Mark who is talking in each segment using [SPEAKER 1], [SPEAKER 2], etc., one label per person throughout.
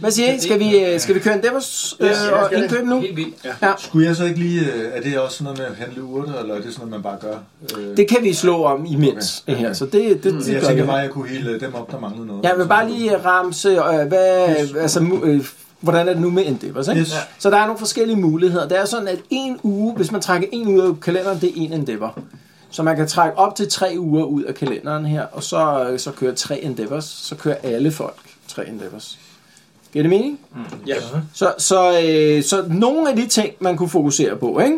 [SPEAKER 1] Hvad siger I? Skal vi, øh, skal vi køre en Devos øh,
[SPEAKER 2] Ja,
[SPEAKER 1] og
[SPEAKER 2] skal det.
[SPEAKER 1] indkøbe nu?
[SPEAKER 2] Helt vildt. Ja.
[SPEAKER 3] Skulle jeg så ikke lige... øh, Er det også sådan noget med at handle urter, eller er det sådan noget, man bare gør? Øh,
[SPEAKER 1] Det kan vi slå om imens. Okay. Her, så det, det, mm, det
[SPEAKER 3] jeg
[SPEAKER 1] gør vi.
[SPEAKER 3] tænker bare, jeg kunne hele dem op, der manglede noget.
[SPEAKER 1] Jeg vil bare lige ramse, øh, hvad, altså, mu- øh, hvordan er det nu med Endeavors? Ikke?
[SPEAKER 3] Yes. Ja.
[SPEAKER 1] Så der er nogle forskellige muligheder. Det er sådan, at en uge, hvis man trækker en ud af kalenderen, det er en Endeavor. Så man kan trække op til tre uger ud af kalenderen her, og så, øh, så kører tre Endeavors. Så kører alle folk tre Endeavors. Giver det mening?
[SPEAKER 2] Ja.
[SPEAKER 1] Så, så, øh, så nogle af de ting, man kunne fokusere på, ikke?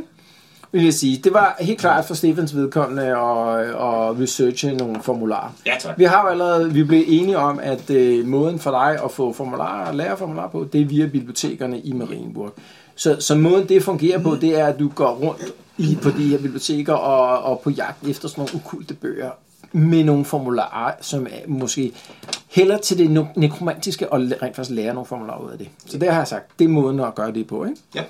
[SPEAKER 1] vil jeg sige. Det var helt klart for Stefans vedkommende at, øh, at researche nogle formularer.
[SPEAKER 2] ja, tak.
[SPEAKER 1] Vi har jo allerede, vi blev enige om, at øh, måden for dig at få formularer og lære formularer på, det er via bibliotekerne i Marienburg. Så, så måden det fungerer på, det er, at du går rundt i, på de her biblioteker og, og på jagt efter sådan nogle ukulte bøger med nogle formularer, som er måske heller til det no- nekromantiske og la- rent faktisk lære nogle formularer ud af det. Så det har jeg sagt. Det er måden at gøre det på, ikke?
[SPEAKER 2] Ja.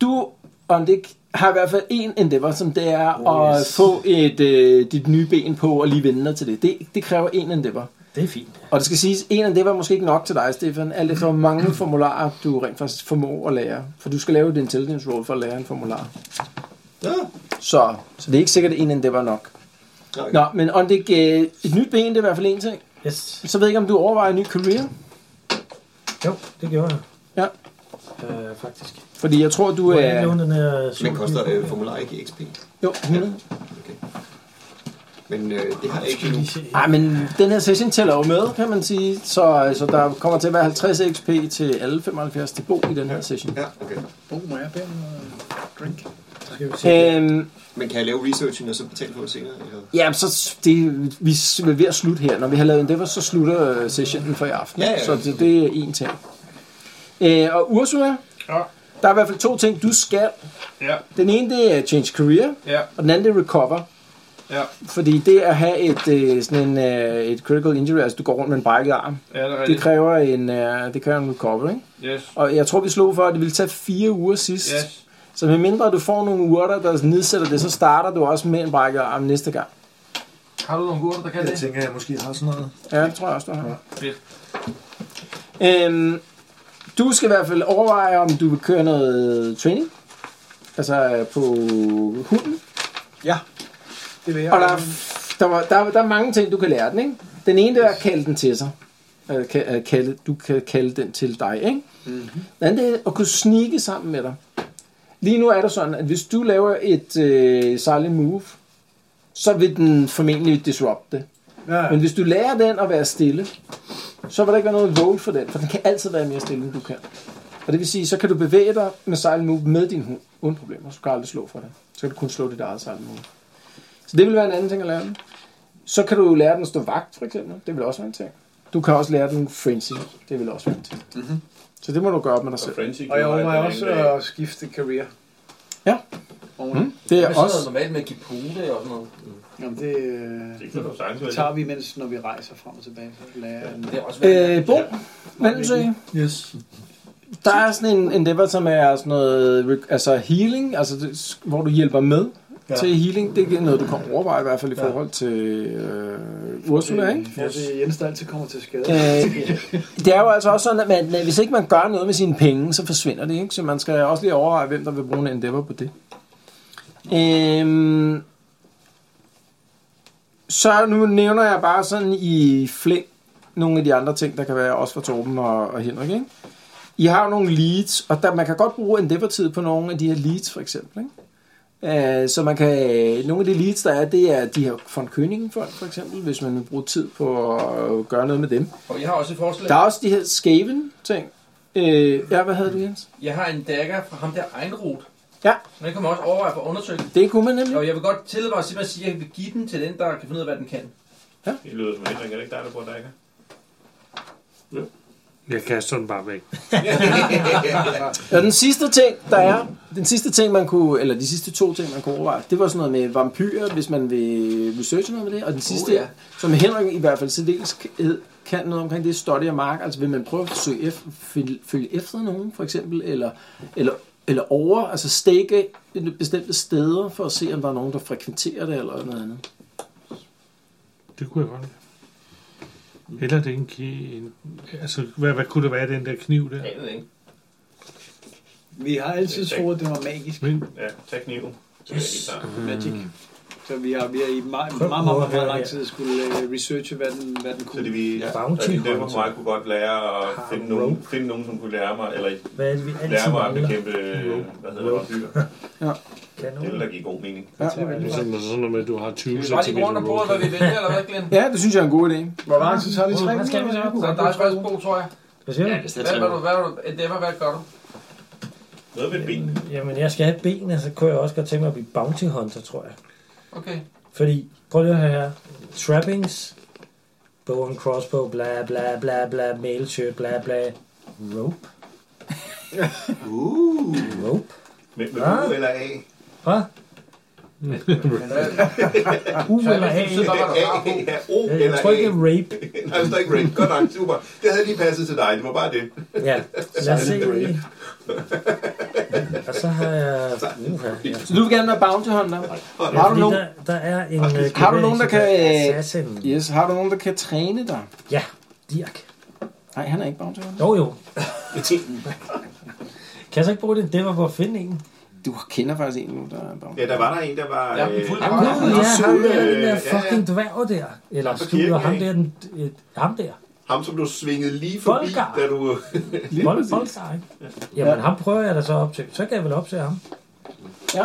[SPEAKER 1] Du, Ondik, har i hvert fald en endeavor, som det er oh, yes. at få et, øh, dit nye ben på og lige vende dig til det. det. Det kræver en endeavor.
[SPEAKER 4] Det er fint.
[SPEAKER 1] Og det skal siges, en endeavor er måske ikke nok til dig, Stefan, alt efter hvor mange formularer du rent faktisk formår at lære. For du skal lave et intelligence roll for at lære en formular.
[SPEAKER 2] Ja.
[SPEAKER 1] Så, så det er ikke sikkert, at en endeavor er nok.
[SPEAKER 2] Okay.
[SPEAKER 1] Nå, men Ondik, øh, et nyt ben, det er i hvert fald en ting.
[SPEAKER 4] Yes.
[SPEAKER 1] Så ved jeg ikke, om du overvejer en ny career?
[SPEAKER 4] Jo, det gjorde jeg.
[SPEAKER 1] Ja.
[SPEAKER 4] Øh, faktisk.
[SPEAKER 1] Fordi jeg tror, du
[SPEAKER 4] Hvor er det
[SPEAKER 1] er...
[SPEAKER 4] den her
[SPEAKER 2] Men koster øh, formular ikke XP?
[SPEAKER 1] Jo, 100.
[SPEAKER 2] Men øh, det har jeg ikke endnu.
[SPEAKER 1] Nej, men den her session tæller jo med, kan man sige. Så, så der kommer til at være 50 XP til alle 75 til bo i den her session.
[SPEAKER 2] Ja, okay.
[SPEAKER 5] Oh, må jeg bære en øh, drink?
[SPEAKER 1] Øhm,
[SPEAKER 2] Men kan jeg lave researchen og så betale for det senere? Eller?
[SPEAKER 1] ja, så det, vi er ved at slutte her. Når vi har lavet en Endeavor, så slutter øh, sessionen for i aften.
[SPEAKER 2] Ja, ja, ja.
[SPEAKER 1] Så det, det er en ting. Øh, og Ursula,
[SPEAKER 5] Ja,
[SPEAKER 1] der er i hvert fald to ting, du skal.
[SPEAKER 5] ja,
[SPEAKER 1] Den ene, det er change career,
[SPEAKER 5] ja,
[SPEAKER 1] og den anden, det er recover.
[SPEAKER 5] ja.
[SPEAKER 1] Fordi det at have et, øh, sådan en, øh, et critical injury, altså du går rundt med en brækket arm,
[SPEAKER 5] Ja, det er
[SPEAKER 1] det
[SPEAKER 5] rigtigt.
[SPEAKER 1] kræver en, øh, det kræver en recover, ikke?
[SPEAKER 5] Yes.
[SPEAKER 1] Og jeg tror, vi slog for, at det ville tage fire uger sidst.
[SPEAKER 5] Yes.
[SPEAKER 1] Så medmindre du får nogle urter, der nedsætter det, så starter du også med en brækket arm næste gang.
[SPEAKER 5] Har du nogle urter, der kan
[SPEAKER 1] øh,
[SPEAKER 3] Jeg
[SPEAKER 5] det?
[SPEAKER 3] tænker, jeg måske har sådan noget.
[SPEAKER 1] Ja, det tror jeg også, du har.
[SPEAKER 5] Fedt.
[SPEAKER 1] Øhm, du skal i hvert fald overveje, om du vil køre noget training. Altså øh, på hunden.
[SPEAKER 5] Ja. Det vil jeg.
[SPEAKER 1] Og der er, der, var, der, der er mange ting, du kan lære den, ikke? Den ene, det er at kalde den til sig. Øh, ka- øh, kalde, du kan kalde den til dig, ikke? Mm-hmm.
[SPEAKER 5] Mhm.
[SPEAKER 1] Den anden, det er at kunne snige sammen med dig. Lige nu er det sådan, at hvis du laver et øh, silent move, så vil den formentlig disrupte det.
[SPEAKER 5] Ja.
[SPEAKER 1] Men hvis du lærer den at være stille, så vil der ikke være noget roll for den, for den kan altid være mere stille, end du kan. Og det vil sige, så kan du bevæge dig med silent move med din hund, uden problemer. Så kan du aldrig slå for det. Så kan du kun slå dit eget silent move. Så det vil være en anden ting at lære den. Så kan du lære den at stå vagt, for eksempel. Det vil også være en ting. Du kan også lære den frenzy. Det vil også være en ting. Mm-hmm. Så det må du gøre op med dig selv.
[SPEAKER 6] Frenzy,
[SPEAKER 5] Og jeg overvejer
[SPEAKER 6] den
[SPEAKER 5] også
[SPEAKER 6] anden dag.
[SPEAKER 5] at skifte karriere.
[SPEAKER 1] Ja.
[SPEAKER 5] Mm.
[SPEAKER 1] Mhm. Det
[SPEAKER 7] Men
[SPEAKER 1] er
[SPEAKER 7] sådan noget
[SPEAKER 1] også...
[SPEAKER 7] normalt med at give pote og sådan noget.
[SPEAKER 5] Jamen, det, øh,
[SPEAKER 6] Det kan du sagtens
[SPEAKER 5] det
[SPEAKER 6] vælge.
[SPEAKER 5] tager vi, mens når vi rejser frem og tilbage. Så lærer jeg den.
[SPEAKER 7] Det er også
[SPEAKER 1] Øh, Bo, Vandensø.
[SPEAKER 3] Yes.
[SPEAKER 1] Der er sådan en endeavor, som er sådan noget rec- altså healing, altså det, hvor du hjælper med ja.
[SPEAKER 3] Ja.
[SPEAKER 1] til healing. Det er noget, du kan overveje i hvert fald i forhold til øh, Ursula, ikke?
[SPEAKER 5] For det Jens, der altid kommer til skade.
[SPEAKER 1] Øh, det er jo altså også sådan, at man, hvis ikke man gør noget med sine penge, så forsvinder det, ikke? Så man skal også lige overveje, hvem der vil bruge en endeavor på det. Øhm, så nu nævner jeg bare sådan i flæng nogle af de andre ting, der kan være også for Torben og, og Henrik, ikke? I har jo nogle leads, og der, man kan godt bruge endeavor-tid på nogle af de her leads, for eksempel, ikke? Øh, Så man kan, nogle af de leads, der er, det er de her von Königenfond, for eksempel, hvis man vil bruge tid på at gøre noget med dem.
[SPEAKER 7] Og jeg har også et forslag.
[SPEAKER 1] Der er også de her skaven ting. Øh, ja, hvad havde du, Jens?
[SPEAKER 7] Jeg har en dagger fra ham der Einrot.
[SPEAKER 1] Ja.
[SPEAKER 7] Men den kan man også overveje for at undersøge.
[SPEAKER 1] Det kunne man nemlig.
[SPEAKER 7] Og jeg vil godt tillade mig at simpelthen sige, at jeg vil give den til den, der kan finde ud af, hvad den kan.
[SPEAKER 6] Det lyder som en ændring. Er det ikke dig, der bruger dækker?
[SPEAKER 8] Jeg kaster den bare væk.
[SPEAKER 1] Og den sidste ting, der er, den sidste ting, man kunne, eller de sidste to ting, man kunne overveje, det var sådan noget med vampyrer, hvis man vil researche noget med det. Og den sidste,
[SPEAKER 7] ja.
[SPEAKER 1] som Henrik i hvert fald særdeles kan noget omkring, det er study og mark. Altså vil man prøve at søge ef- følge- følge efter nogen, for eksempel, eller, eller, eller over, altså stikke bestemte steder, for at se, om der er nogen, der frekventerer det, eller noget andet.
[SPEAKER 8] Det kunne jeg godt. Eller er det en, ki- en altså, hvad, hvad kunne det være, den der kniv der?
[SPEAKER 7] Jeg ved ikke.
[SPEAKER 5] Vi har altid
[SPEAKER 6] Det er
[SPEAKER 5] troet, det var magisk.
[SPEAKER 8] Men,
[SPEAKER 6] Ja, tag kniven. Det er helt klart.
[SPEAKER 5] Magic.
[SPEAKER 1] Mm.
[SPEAKER 5] Så vi har, vi har i meget,
[SPEAKER 4] Prøv
[SPEAKER 5] meget, meget, meget,
[SPEAKER 4] at høre
[SPEAKER 5] meget lang
[SPEAKER 4] her.
[SPEAKER 5] tid skulle øh, researche, hvad den, hvad den
[SPEAKER 6] Så
[SPEAKER 5] kunne.
[SPEAKER 6] det vi... Ja.
[SPEAKER 4] Bounty
[SPEAKER 6] Det var
[SPEAKER 4] hunter.
[SPEAKER 6] for mig kunne godt lære at
[SPEAKER 4] Har
[SPEAKER 6] finde
[SPEAKER 4] rope.
[SPEAKER 6] nogen, finde nogen, som kunne lære mig, eller
[SPEAKER 4] Hvad er det, vi altid
[SPEAKER 6] lære mig at
[SPEAKER 4] mangler?
[SPEAKER 6] bekæmpe, øh, hvad hedder det, dyr. Det
[SPEAKER 4] Kanon.
[SPEAKER 6] ville da give god mening.
[SPEAKER 1] Ja.
[SPEAKER 8] det er Ligesom sådan, sådan noget med, at du har 20
[SPEAKER 7] Vi skal bare lige gå rundt om bordet, hvad vi vælger, eller hvad, Glenn?
[SPEAKER 1] Ja, det synes jeg er en god idé.
[SPEAKER 5] Hvor lang tid tager det tre
[SPEAKER 4] Hvad skal vi så?
[SPEAKER 7] Så der er faktisk god, tror Altså, jeg.
[SPEAKER 4] Hvad siger du?
[SPEAKER 7] Hvad, hvad, du, hvad, du, endeavor, hvad gør du?
[SPEAKER 6] Noget ved benene.
[SPEAKER 4] Jamen, jeg skal have benene, så kunne jeg også godt tænke mig at blive bounty hunter, tror jeg.
[SPEAKER 7] Okay.
[SPEAKER 4] Fordi, prøv lige at høre her. Trappings, bow and crossbow, bla bla bla bla, mail shirt, bla bla. Rope?
[SPEAKER 2] Uh,
[SPEAKER 4] Rope?
[SPEAKER 6] Med, med
[SPEAKER 4] Ah.
[SPEAKER 6] U eller A.
[SPEAKER 4] Hvad?
[SPEAKER 7] Hvad,
[SPEAKER 1] Ah,
[SPEAKER 4] U
[SPEAKER 7] så
[SPEAKER 4] Uh, eller
[SPEAKER 7] jeg
[SPEAKER 4] A?
[SPEAKER 7] synes, det var, hvad du
[SPEAKER 2] A,
[SPEAKER 7] har på.
[SPEAKER 2] ja, O
[SPEAKER 4] Jeg,
[SPEAKER 2] eller
[SPEAKER 4] jeg tror ikke, det
[SPEAKER 2] A.
[SPEAKER 4] er rape.
[SPEAKER 6] Nej, det står ikke rape. Godt nok, super. Det havde lige passet til dig. Det var bare det.
[SPEAKER 4] Ja, lad os se. Og så har jeg... Uha, ja.
[SPEAKER 1] Så du vil gerne være bounty hunter?
[SPEAKER 4] Ja,
[SPEAKER 1] Har du
[SPEAKER 4] fordi
[SPEAKER 1] nogen,
[SPEAKER 4] der, der er en... øh,
[SPEAKER 1] Har du nogen, der kan-
[SPEAKER 4] Assassin.
[SPEAKER 1] yes, har du nogen, der kan træne dig?
[SPEAKER 4] Ja, Dirk.
[SPEAKER 1] Nej, han er ikke bounty hunter.
[SPEAKER 4] Jo, jo. kan jeg så ikke bruge det? Det var for at finde en.
[SPEAKER 1] Du kender faktisk en nu, der er bounty
[SPEAKER 6] Ja, der var der en, der var...
[SPEAKER 7] Ja,
[SPEAKER 6] øh,
[SPEAKER 7] men fuld
[SPEAKER 6] ham-
[SPEAKER 4] Gud,
[SPEAKER 7] Ja, han er
[SPEAKER 4] ja, ham
[SPEAKER 6] sød,
[SPEAKER 4] der,
[SPEAKER 6] øh,
[SPEAKER 4] den der
[SPEAKER 6] ja, ja.
[SPEAKER 4] fucking dværg der. Eller
[SPEAKER 6] Ham fra
[SPEAKER 4] studer, ham
[SPEAKER 6] kirken,
[SPEAKER 4] der, den, øh, ham der.
[SPEAKER 6] Ham, som du svingede lige forbi,
[SPEAKER 4] Volgar.
[SPEAKER 6] da du...
[SPEAKER 4] Bold, boldkar, ikke? Jamen, ham prøver jeg da så op til. Så kan jeg vel opsøge ham.
[SPEAKER 1] Ja.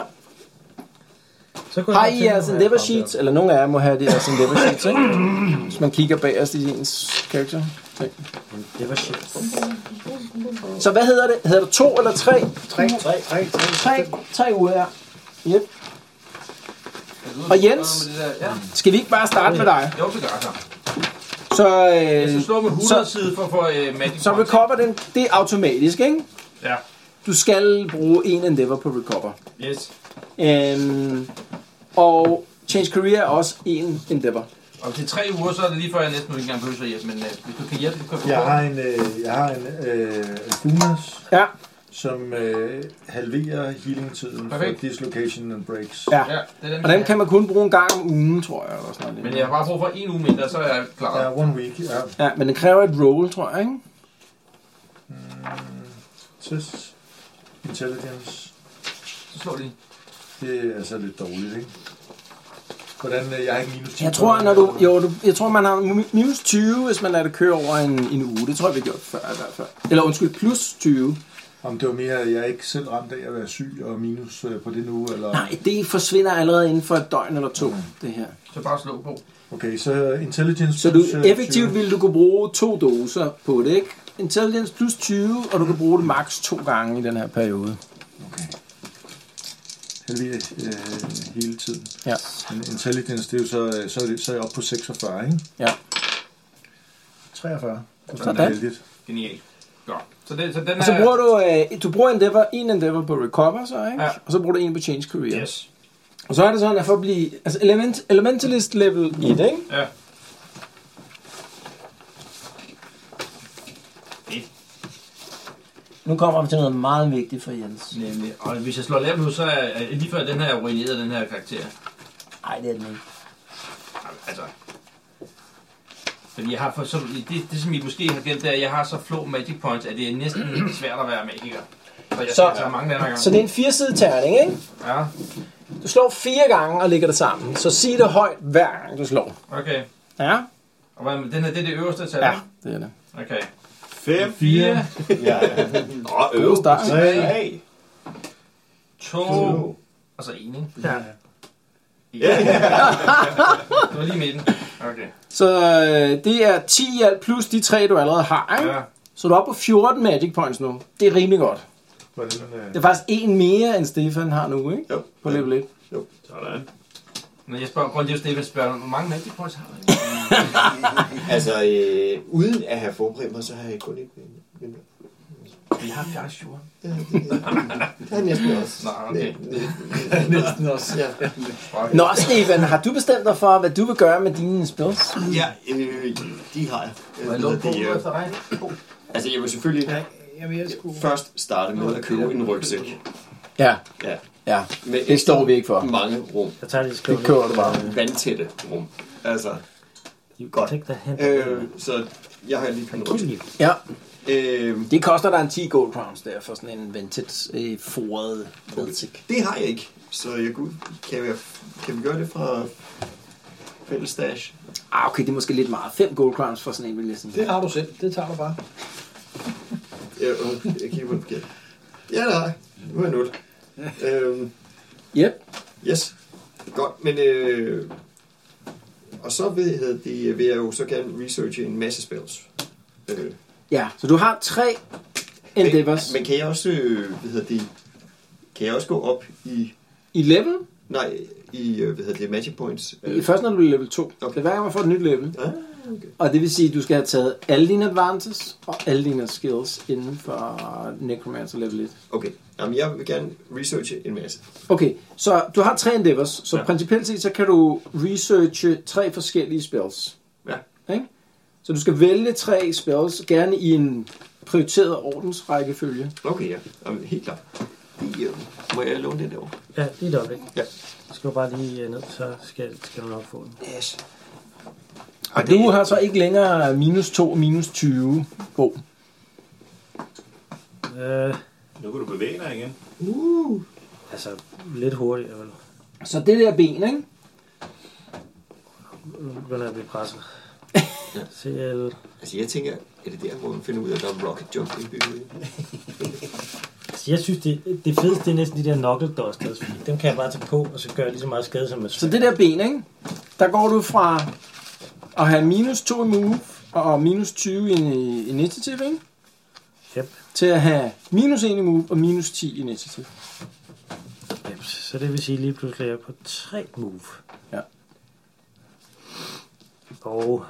[SPEAKER 4] Så kunne
[SPEAKER 1] Har
[SPEAKER 4] godt
[SPEAKER 1] I altså,
[SPEAKER 4] tænke mig,
[SPEAKER 1] jeres
[SPEAKER 4] at
[SPEAKER 1] endeavor
[SPEAKER 4] jeg kom
[SPEAKER 1] sheets? Eller nogen af jer må have det jeres endeavor sheets, ikke? Hvis man kigger bagerst i ens karakter.
[SPEAKER 4] derop. Det var shit.
[SPEAKER 1] Så hvad hedder det? Hedder det to eller tre? Tre. Tre.
[SPEAKER 5] Tre, tre,
[SPEAKER 1] Tre, tre uger her. Yep. Og Jens?
[SPEAKER 7] Med det der. Ja,
[SPEAKER 1] Skal vi ikke bare starte med dig?
[SPEAKER 7] jo, det gør jeg.
[SPEAKER 1] Så,
[SPEAKER 7] Jeg
[SPEAKER 1] øh,
[SPEAKER 7] skal slå med 100
[SPEAKER 1] så,
[SPEAKER 7] side for at få øh, Magic
[SPEAKER 1] så
[SPEAKER 7] Points.
[SPEAKER 1] recover den, det er automatisk, ikke?
[SPEAKER 6] Ja.
[SPEAKER 1] Du skal bruge en endeavor på recover.
[SPEAKER 6] Yes.
[SPEAKER 1] Øhm, og change career er også en endeavor.
[SPEAKER 7] Og til tre uger, så er det lige før, jeg næsten ikke engang behøver at hjælpe, men øh, hvis du kan hjælpe, så kan du
[SPEAKER 3] Jeg
[SPEAKER 7] få
[SPEAKER 3] har en, øh, jeg har en øh, Fumas,
[SPEAKER 1] Ja,
[SPEAKER 3] som øh, halverer healing-tiden
[SPEAKER 7] Perfekt.
[SPEAKER 3] for dislocation and breaks.
[SPEAKER 1] ja.
[SPEAKER 7] Ja, det er den,
[SPEAKER 1] Og dem kan man kun bruge en gang om ugen, tror jeg. Eller sådan noget.
[SPEAKER 7] Men jeg har bare brug for en uge mindre, så er jeg klar.
[SPEAKER 3] Ja, one week. Ja.
[SPEAKER 1] Ja, men den kræver et roll, tror jeg, ikke?
[SPEAKER 3] Mm, Test. Intelligence.
[SPEAKER 7] Så slår lige.
[SPEAKER 3] Det er altså lidt dårligt, ikke? Hvordan, øh, jeg har ikke minus 10
[SPEAKER 1] Jeg tror, når du, jo, du, jeg tror, man har mi- minus 20, hvis man lader det køre over en, en uge. Det tror jeg, vi har gjort før i hvert fald. Eller undskyld, plus 20.
[SPEAKER 3] Om det var mere, at jeg ikke selv ramte af at være syg og minus øh, på det nu, eller...
[SPEAKER 1] Nej, det forsvinder allerede inden for et døgn eller to, det her.
[SPEAKER 7] Så bare slå på.
[SPEAKER 3] Okay, så intelligence...
[SPEAKER 1] Så du,
[SPEAKER 3] plus, øh,
[SPEAKER 1] effektivt
[SPEAKER 3] 20.
[SPEAKER 1] ville du kunne bruge to doser på det, ikke? Intelligence plus 20, og du kan bruge det maks to gange i den her periode.
[SPEAKER 3] Okay. Halvere øh, hele tiden.
[SPEAKER 1] Ja.
[SPEAKER 3] Men intelligence, det er jo så, øh, så, er det, så er jeg oppe på 46, ikke?
[SPEAKER 1] Ja.
[SPEAKER 3] 43. Sådan.
[SPEAKER 1] Sådan.
[SPEAKER 3] Det er heldigt.
[SPEAKER 7] Genialt. Godt. Så, det, så den er...
[SPEAKER 1] Og så bruger du, øh, du bruger endeavor, en endeavor på recover, så, ikke?
[SPEAKER 7] Ja.
[SPEAKER 1] Og så bruger du en på change career.
[SPEAKER 7] Yes.
[SPEAKER 1] Og så er det sådan, at for at blive... Altså element, elementalist level 1,
[SPEAKER 5] Mm.
[SPEAKER 1] ikke?
[SPEAKER 7] Ja.
[SPEAKER 1] Nu kommer vi til noget meget vigtigt for Jens.
[SPEAKER 7] Nemlig. Og hvis jeg slår lavt nu, så er er lige før den her er ruineret, den her karakter.
[SPEAKER 1] Nej, det er den ikke.
[SPEAKER 7] Altså... Fordi jeg har for, så, det, det, som I måske har glemt, det er, at jeg har så flå magic points, at det er næsten svært at være magiker. Så jeg
[SPEAKER 1] Så-
[SPEAKER 7] skal tage mange andre gange.
[SPEAKER 1] Så det er en firesidet terning, ikke?
[SPEAKER 7] Ja,
[SPEAKER 1] Du slår fire gange og lægger det sammen. Så sig det højt hver gang, du slår.
[SPEAKER 7] okay.
[SPEAKER 1] Ja?
[SPEAKER 7] Og hvad, med den her, det er det øverste tal,
[SPEAKER 1] Ja,
[SPEAKER 7] ikke?
[SPEAKER 1] det er det.
[SPEAKER 7] Okay.
[SPEAKER 6] 5,
[SPEAKER 7] 4,
[SPEAKER 2] ja, ja.
[SPEAKER 6] og øv.
[SPEAKER 1] God start.
[SPEAKER 2] Tre.
[SPEAKER 7] 2, og så 1, ikke?
[SPEAKER 4] Ja.
[SPEAKER 7] Det var lige midten. Okay.
[SPEAKER 1] Så øh, det er 10 i alt plus de tre, du allerede har, ikke?
[SPEAKER 7] Ja.
[SPEAKER 1] Så du er oppe på 14 magic points nu. Det er rimelig godt.
[SPEAKER 3] Hvordan, øh,
[SPEAKER 1] Det er faktisk en mere, end Stefan har nu, ikke?
[SPEAKER 2] Jo.
[SPEAKER 1] På level 1.
[SPEAKER 6] Sådan.
[SPEAKER 7] Men jeg spørger, grunden til, at Stefan spørger, hvor mange magic points har du?
[SPEAKER 2] Altså, øh, uden at have forberedt mig, så har jeg kun et øh, vinde.
[SPEAKER 7] Vi har faktisk 14.
[SPEAKER 2] Ja, det det har jeg næsten også.
[SPEAKER 7] Nå, okay.
[SPEAKER 5] Næsten også. Ja.
[SPEAKER 1] Nå, Stefan, har du bestemt dig for, hvad du vil gøre med dine spells?
[SPEAKER 2] Ja, øh, de har jeg.
[SPEAKER 7] Må jeg
[SPEAKER 2] Øh,
[SPEAKER 7] lukke
[SPEAKER 2] det
[SPEAKER 7] på
[SPEAKER 2] er-
[SPEAKER 7] efter dig?
[SPEAKER 2] Altså, jeg vil selvfølgelig
[SPEAKER 5] Jamen, jeg skulle...
[SPEAKER 2] først starte med at købe en rygsæk.
[SPEAKER 1] Ja,
[SPEAKER 2] Ja,
[SPEAKER 1] ja.
[SPEAKER 2] med
[SPEAKER 1] Det står vi ikke for.
[SPEAKER 2] mange rum.
[SPEAKER 4] Jeg tager lige skrive
[SPEAKER 1] kører du bare.
[SPEAKER 2] Vandtætte rum. Altså,
[SPEAKER 4] You
[SPEAKER 2] Godt.
[SPEAKER 4] take the hand.
[SPEAKER 2] Øh, så jeg har lige kommet rundt.
[SPEAKER 1] Ja,
[SPEAKER 2] Øh,
[SPEAKER 1] det koster dig en 10 gold crowns der for sådan en vintage øh, foret Baltic.
[SPEAKER 2] det har jeg ikke, så jeg kunne, kan, jeg, kan vi gøre det fra fælles stash?
[SPEAKER 1] Ah, okay, det er måske lidt meget. 5 gold crowns for sådan en, vil jeg sige.
[SPEAKER 5] Det har du selv. Det tager du bare.
[SPEAKER 2] Jeg, jeg kigger på den forkert. Ja, nej. Nu er jeg nul. Øhm,
[SPEAKER 1] Yep.
[SPEAKER 2] Yes. Godt, men øh, og så ved, hedder det, vil jeg jo så gerne researche en masse spells. Øh,
[SPEAKER 1] Ja, så du har tre endeavors
[SPEAKER 2] men kan jeg også, øh, hvad hedder det, kan jeg også gå op i,
[SPEAKER 1] i level.
[SPEAKER 2] nej, i, øh, hvad hedder det, magic points?
[SPEAKER 1] I
[SPEAKER 2] Øh,
[SPEAKER 1] først når du er level 2. Okay.
[SPEAKER 2] Okay.
[SPEAKER 1] Det er hver gang, man får et nyt level.
[SPEAKER 2] Ah,
[SPEAKER 1] okay. Og det vil sige, at du skal have taget alle dine advances og alle dine skills inden for Necromancer level 1.
[SPEAKER 2] okay, jamen jeg vil gerne researche en masse.
[SPEAKER 1] Okay, så du har tre endeavors, så ja.
[SPEAKER 2] Ja.
[SPEAKER 1] principielt set, så kan du researche tre forskellige spells.
[SPEAKER 2] Ja.
[SPEAKER 1] Ikke? Så du skal vælge tre spells, gerne i en prioriteret ordensrækkefølge.
[SPEAKER 2] Okay, ja, jamen, helt klart. Lige, øh, må jeg låne den derovre?
[SPEAKER 4] Ja, lige et øjeblik.
[SPEAKER 2] Ja.
[SPEAKER 4] Så skal du bare lige øh, ned, så skal, skal du nok få den.
[SPEAKER 2] Yes.
[SPEAKER 1] Og du har så ikke længere minus 2 og minus 20 på.
[SPEAKER 4] Øh,
[SPEAKER 6] Nu kan du bevæge dig igen.
[SPEAKER 4] altså, lidt hurtigere, vel?
[SPEAKER 1] Så det der ben, ikke?
[SPEAKER 4] Nu begynder jeg at blive presset. CL.
[SPEAKER 2] Altså jeg tænker, er det der, hvor man finder ud af, at der er rocket jump indbygget?
[SPEAKER 4] Altså, jeg synes, det, det fedeste det er næsten de der knuckle dusters, fordi dem kan jeg bare tage på, og så gør jeg lige så meget skade, som jeg
[SPEAKER 1] Så det der ben, ikke? Der går du fra at have minus 2 i move og minus 20 i i initiative, ikke?
[SPEAKER 4] Yep.
[SPEAKER 1] Til at have minus 1 i move og minus 10 i initiative.
[SPEAKER 4] Yep. Så det vil sige, lige pludselig er jeg på tre move.
[SPEAKER 1] Ja.
[SPEAKER 4] Og...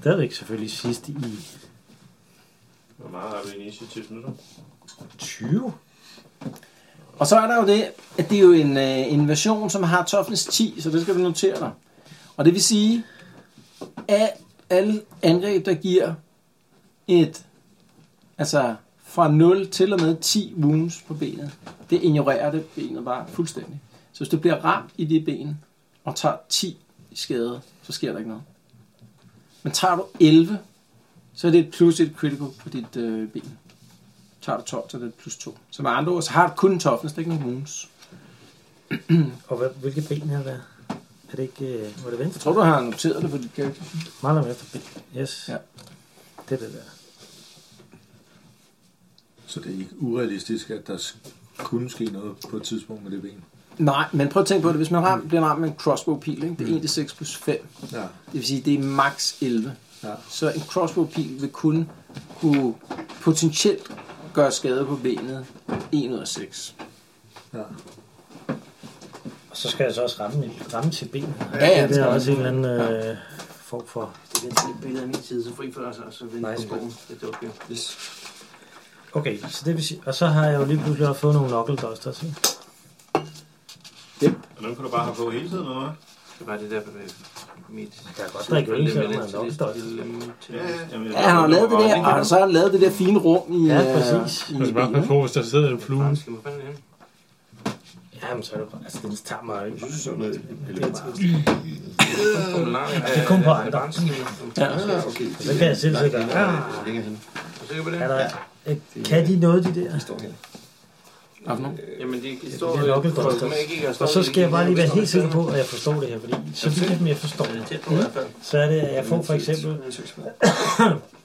[SPEAKER 4] Stadigvæk selvfølgelig sidst i
[SPEAKER 6] Hvor meget har vi initiativ nu? da?
[SPEAKER 4] 20.
[SPEAKER 1] Og så er der jo det, at det er jo en, øh, en version, som har toughness 10, så det skal du notere dig. Og det vil sige, at alle angreb, der giver et, altså fra 0 til og med 10 wounds på benet, det ignorerer det benet bare fuldstændig. Så hvis du bliver ramt i det ben og tager 10 skade, så sker der ikke noget. Men tager du 11, så er det et plus et critical på dit øh, ben tager du 12, så er det plus 2. Så med andre ord, så har du kun toughness, det er ikke nogen wounds.
[SPEAKER 4] Og hvad, hvilke ben har der? Er det ikke... Øh, var
[SPEAKER 1] Jeg
[SPEAKER 4] det venstre?
[SPEAKER 1] tror, du har noteret det på dit character.
[SPEAKER 4] Meget langt efter ben. Yes.
[SPEAKER 1] Ja.
[SPEAKER 4] Det er det der.
[SPEAKER 3] Så det er ikke urealistisk, at der s- kunne ske noget på et tidspunkt med det ben.
[SPEAKER 1] Nej, men prøv at tænke på det. Hvis man ram, bliver ramt med en crossbow pil, ikke? det er 1 til 6 plus 5.
[SPEAKER 3] Ja.
[SPEAKER 1] Det vil sige, det er max 11.
[SPEAKER 3] Ja.
[SPEAKER 1] Så en crossbow pil vil kun kunne potentielt gøre skade på benet 1 ud af 6.
[SPEAKER 3] ja.
[SPEAKER 4] Og så skal jeg så også ramme, ramme til benet.
[SPEAKER 1] Ja, ja, det
[SPEAKER 4] det
[SPEAKER 1] skal
[SPEAKER 4] er
[SPEAKER 1] man.
[SPEAKER 4] også en eller anden øh, form for...
[SPEAKER 9] Det er et billede af min side, så fri for os, og så vende
[SPEAKER 4] Nej,
[SPEAKER 9] på
[SPEAKER 4] sgu.
[SPEAKER 9] bogen. Det er dumt, jo.
[SPEAKER 2] Yes.
[SPEAKER 4] Okay, så det vil sige... Og så har jeg jo lige pludselig også fået nogle knuckle dusters. ikke?
[SPEAKER 6] Og nu kan du bare have på hele tiden, eller hvad?
[SPEAKER 9] Det var det der med mit...
[SPEAKER 4] Jeg kan godt drikke øl, selvom man er knuckle dusters.
[SPEAKER 6] Ja, ja. Jamen, jeg-
[SPEAKER 1] Ja, han har
[SPEAKER 6] jeg-
[SPEAKER 1] lavet det der, og så har han lavet det der fine rum i,
[SPEAKER 4] Ja,
[SPEAKER 1] øh,
[SPEAKER 4] præcis.
[SPEAKER 1] i
[SPEAKER 8] Man skal bare passe
[SPEAKER 1] benet.
[SPEAKER 8] på, hvis der sidder en flue.
[SPEAKER 9] Skal man fanden hen?
[SPEAKER 4] Jamen, så er det bare... Altså, den tager mig jo ikke.
[SPEAKER 2] Jeg synes, sådan noget.
[SPEAKER 4] Det er bare...
[SPEAKER 9] Det
[SPEAKER 4] er kun på andre.
[SPEAKER 9] Ja.
[SPEAKER 2] Ah, okay. Det
[SPEAKER 4] Så kan jeg selv sidde og gøre,
[SPEAKER 2] Ah. Længere hen.
[SPEAKER 9] Er du sikker på det?
[SPEAKER 4] Er der... øh, Kan de noget, de der?
[SPEAKER 2] Vi står her.
[SPEAKER 1] Hvad for noget?
[SPEAKER 9] Jamen, de, de står...
[SPEAKER 4] det er nok et godt sted. Og så skal jeg bare lige være helt sikker på, at jeg forstår det her, fordi så vidt som jeg forstår
[SPEAKER 9] Det er
[SPEAKER 4] det,
[SPEAKER 9] tæt på i hvert fald.
[SPEAKER 4] så er det, at jeg får for eksempel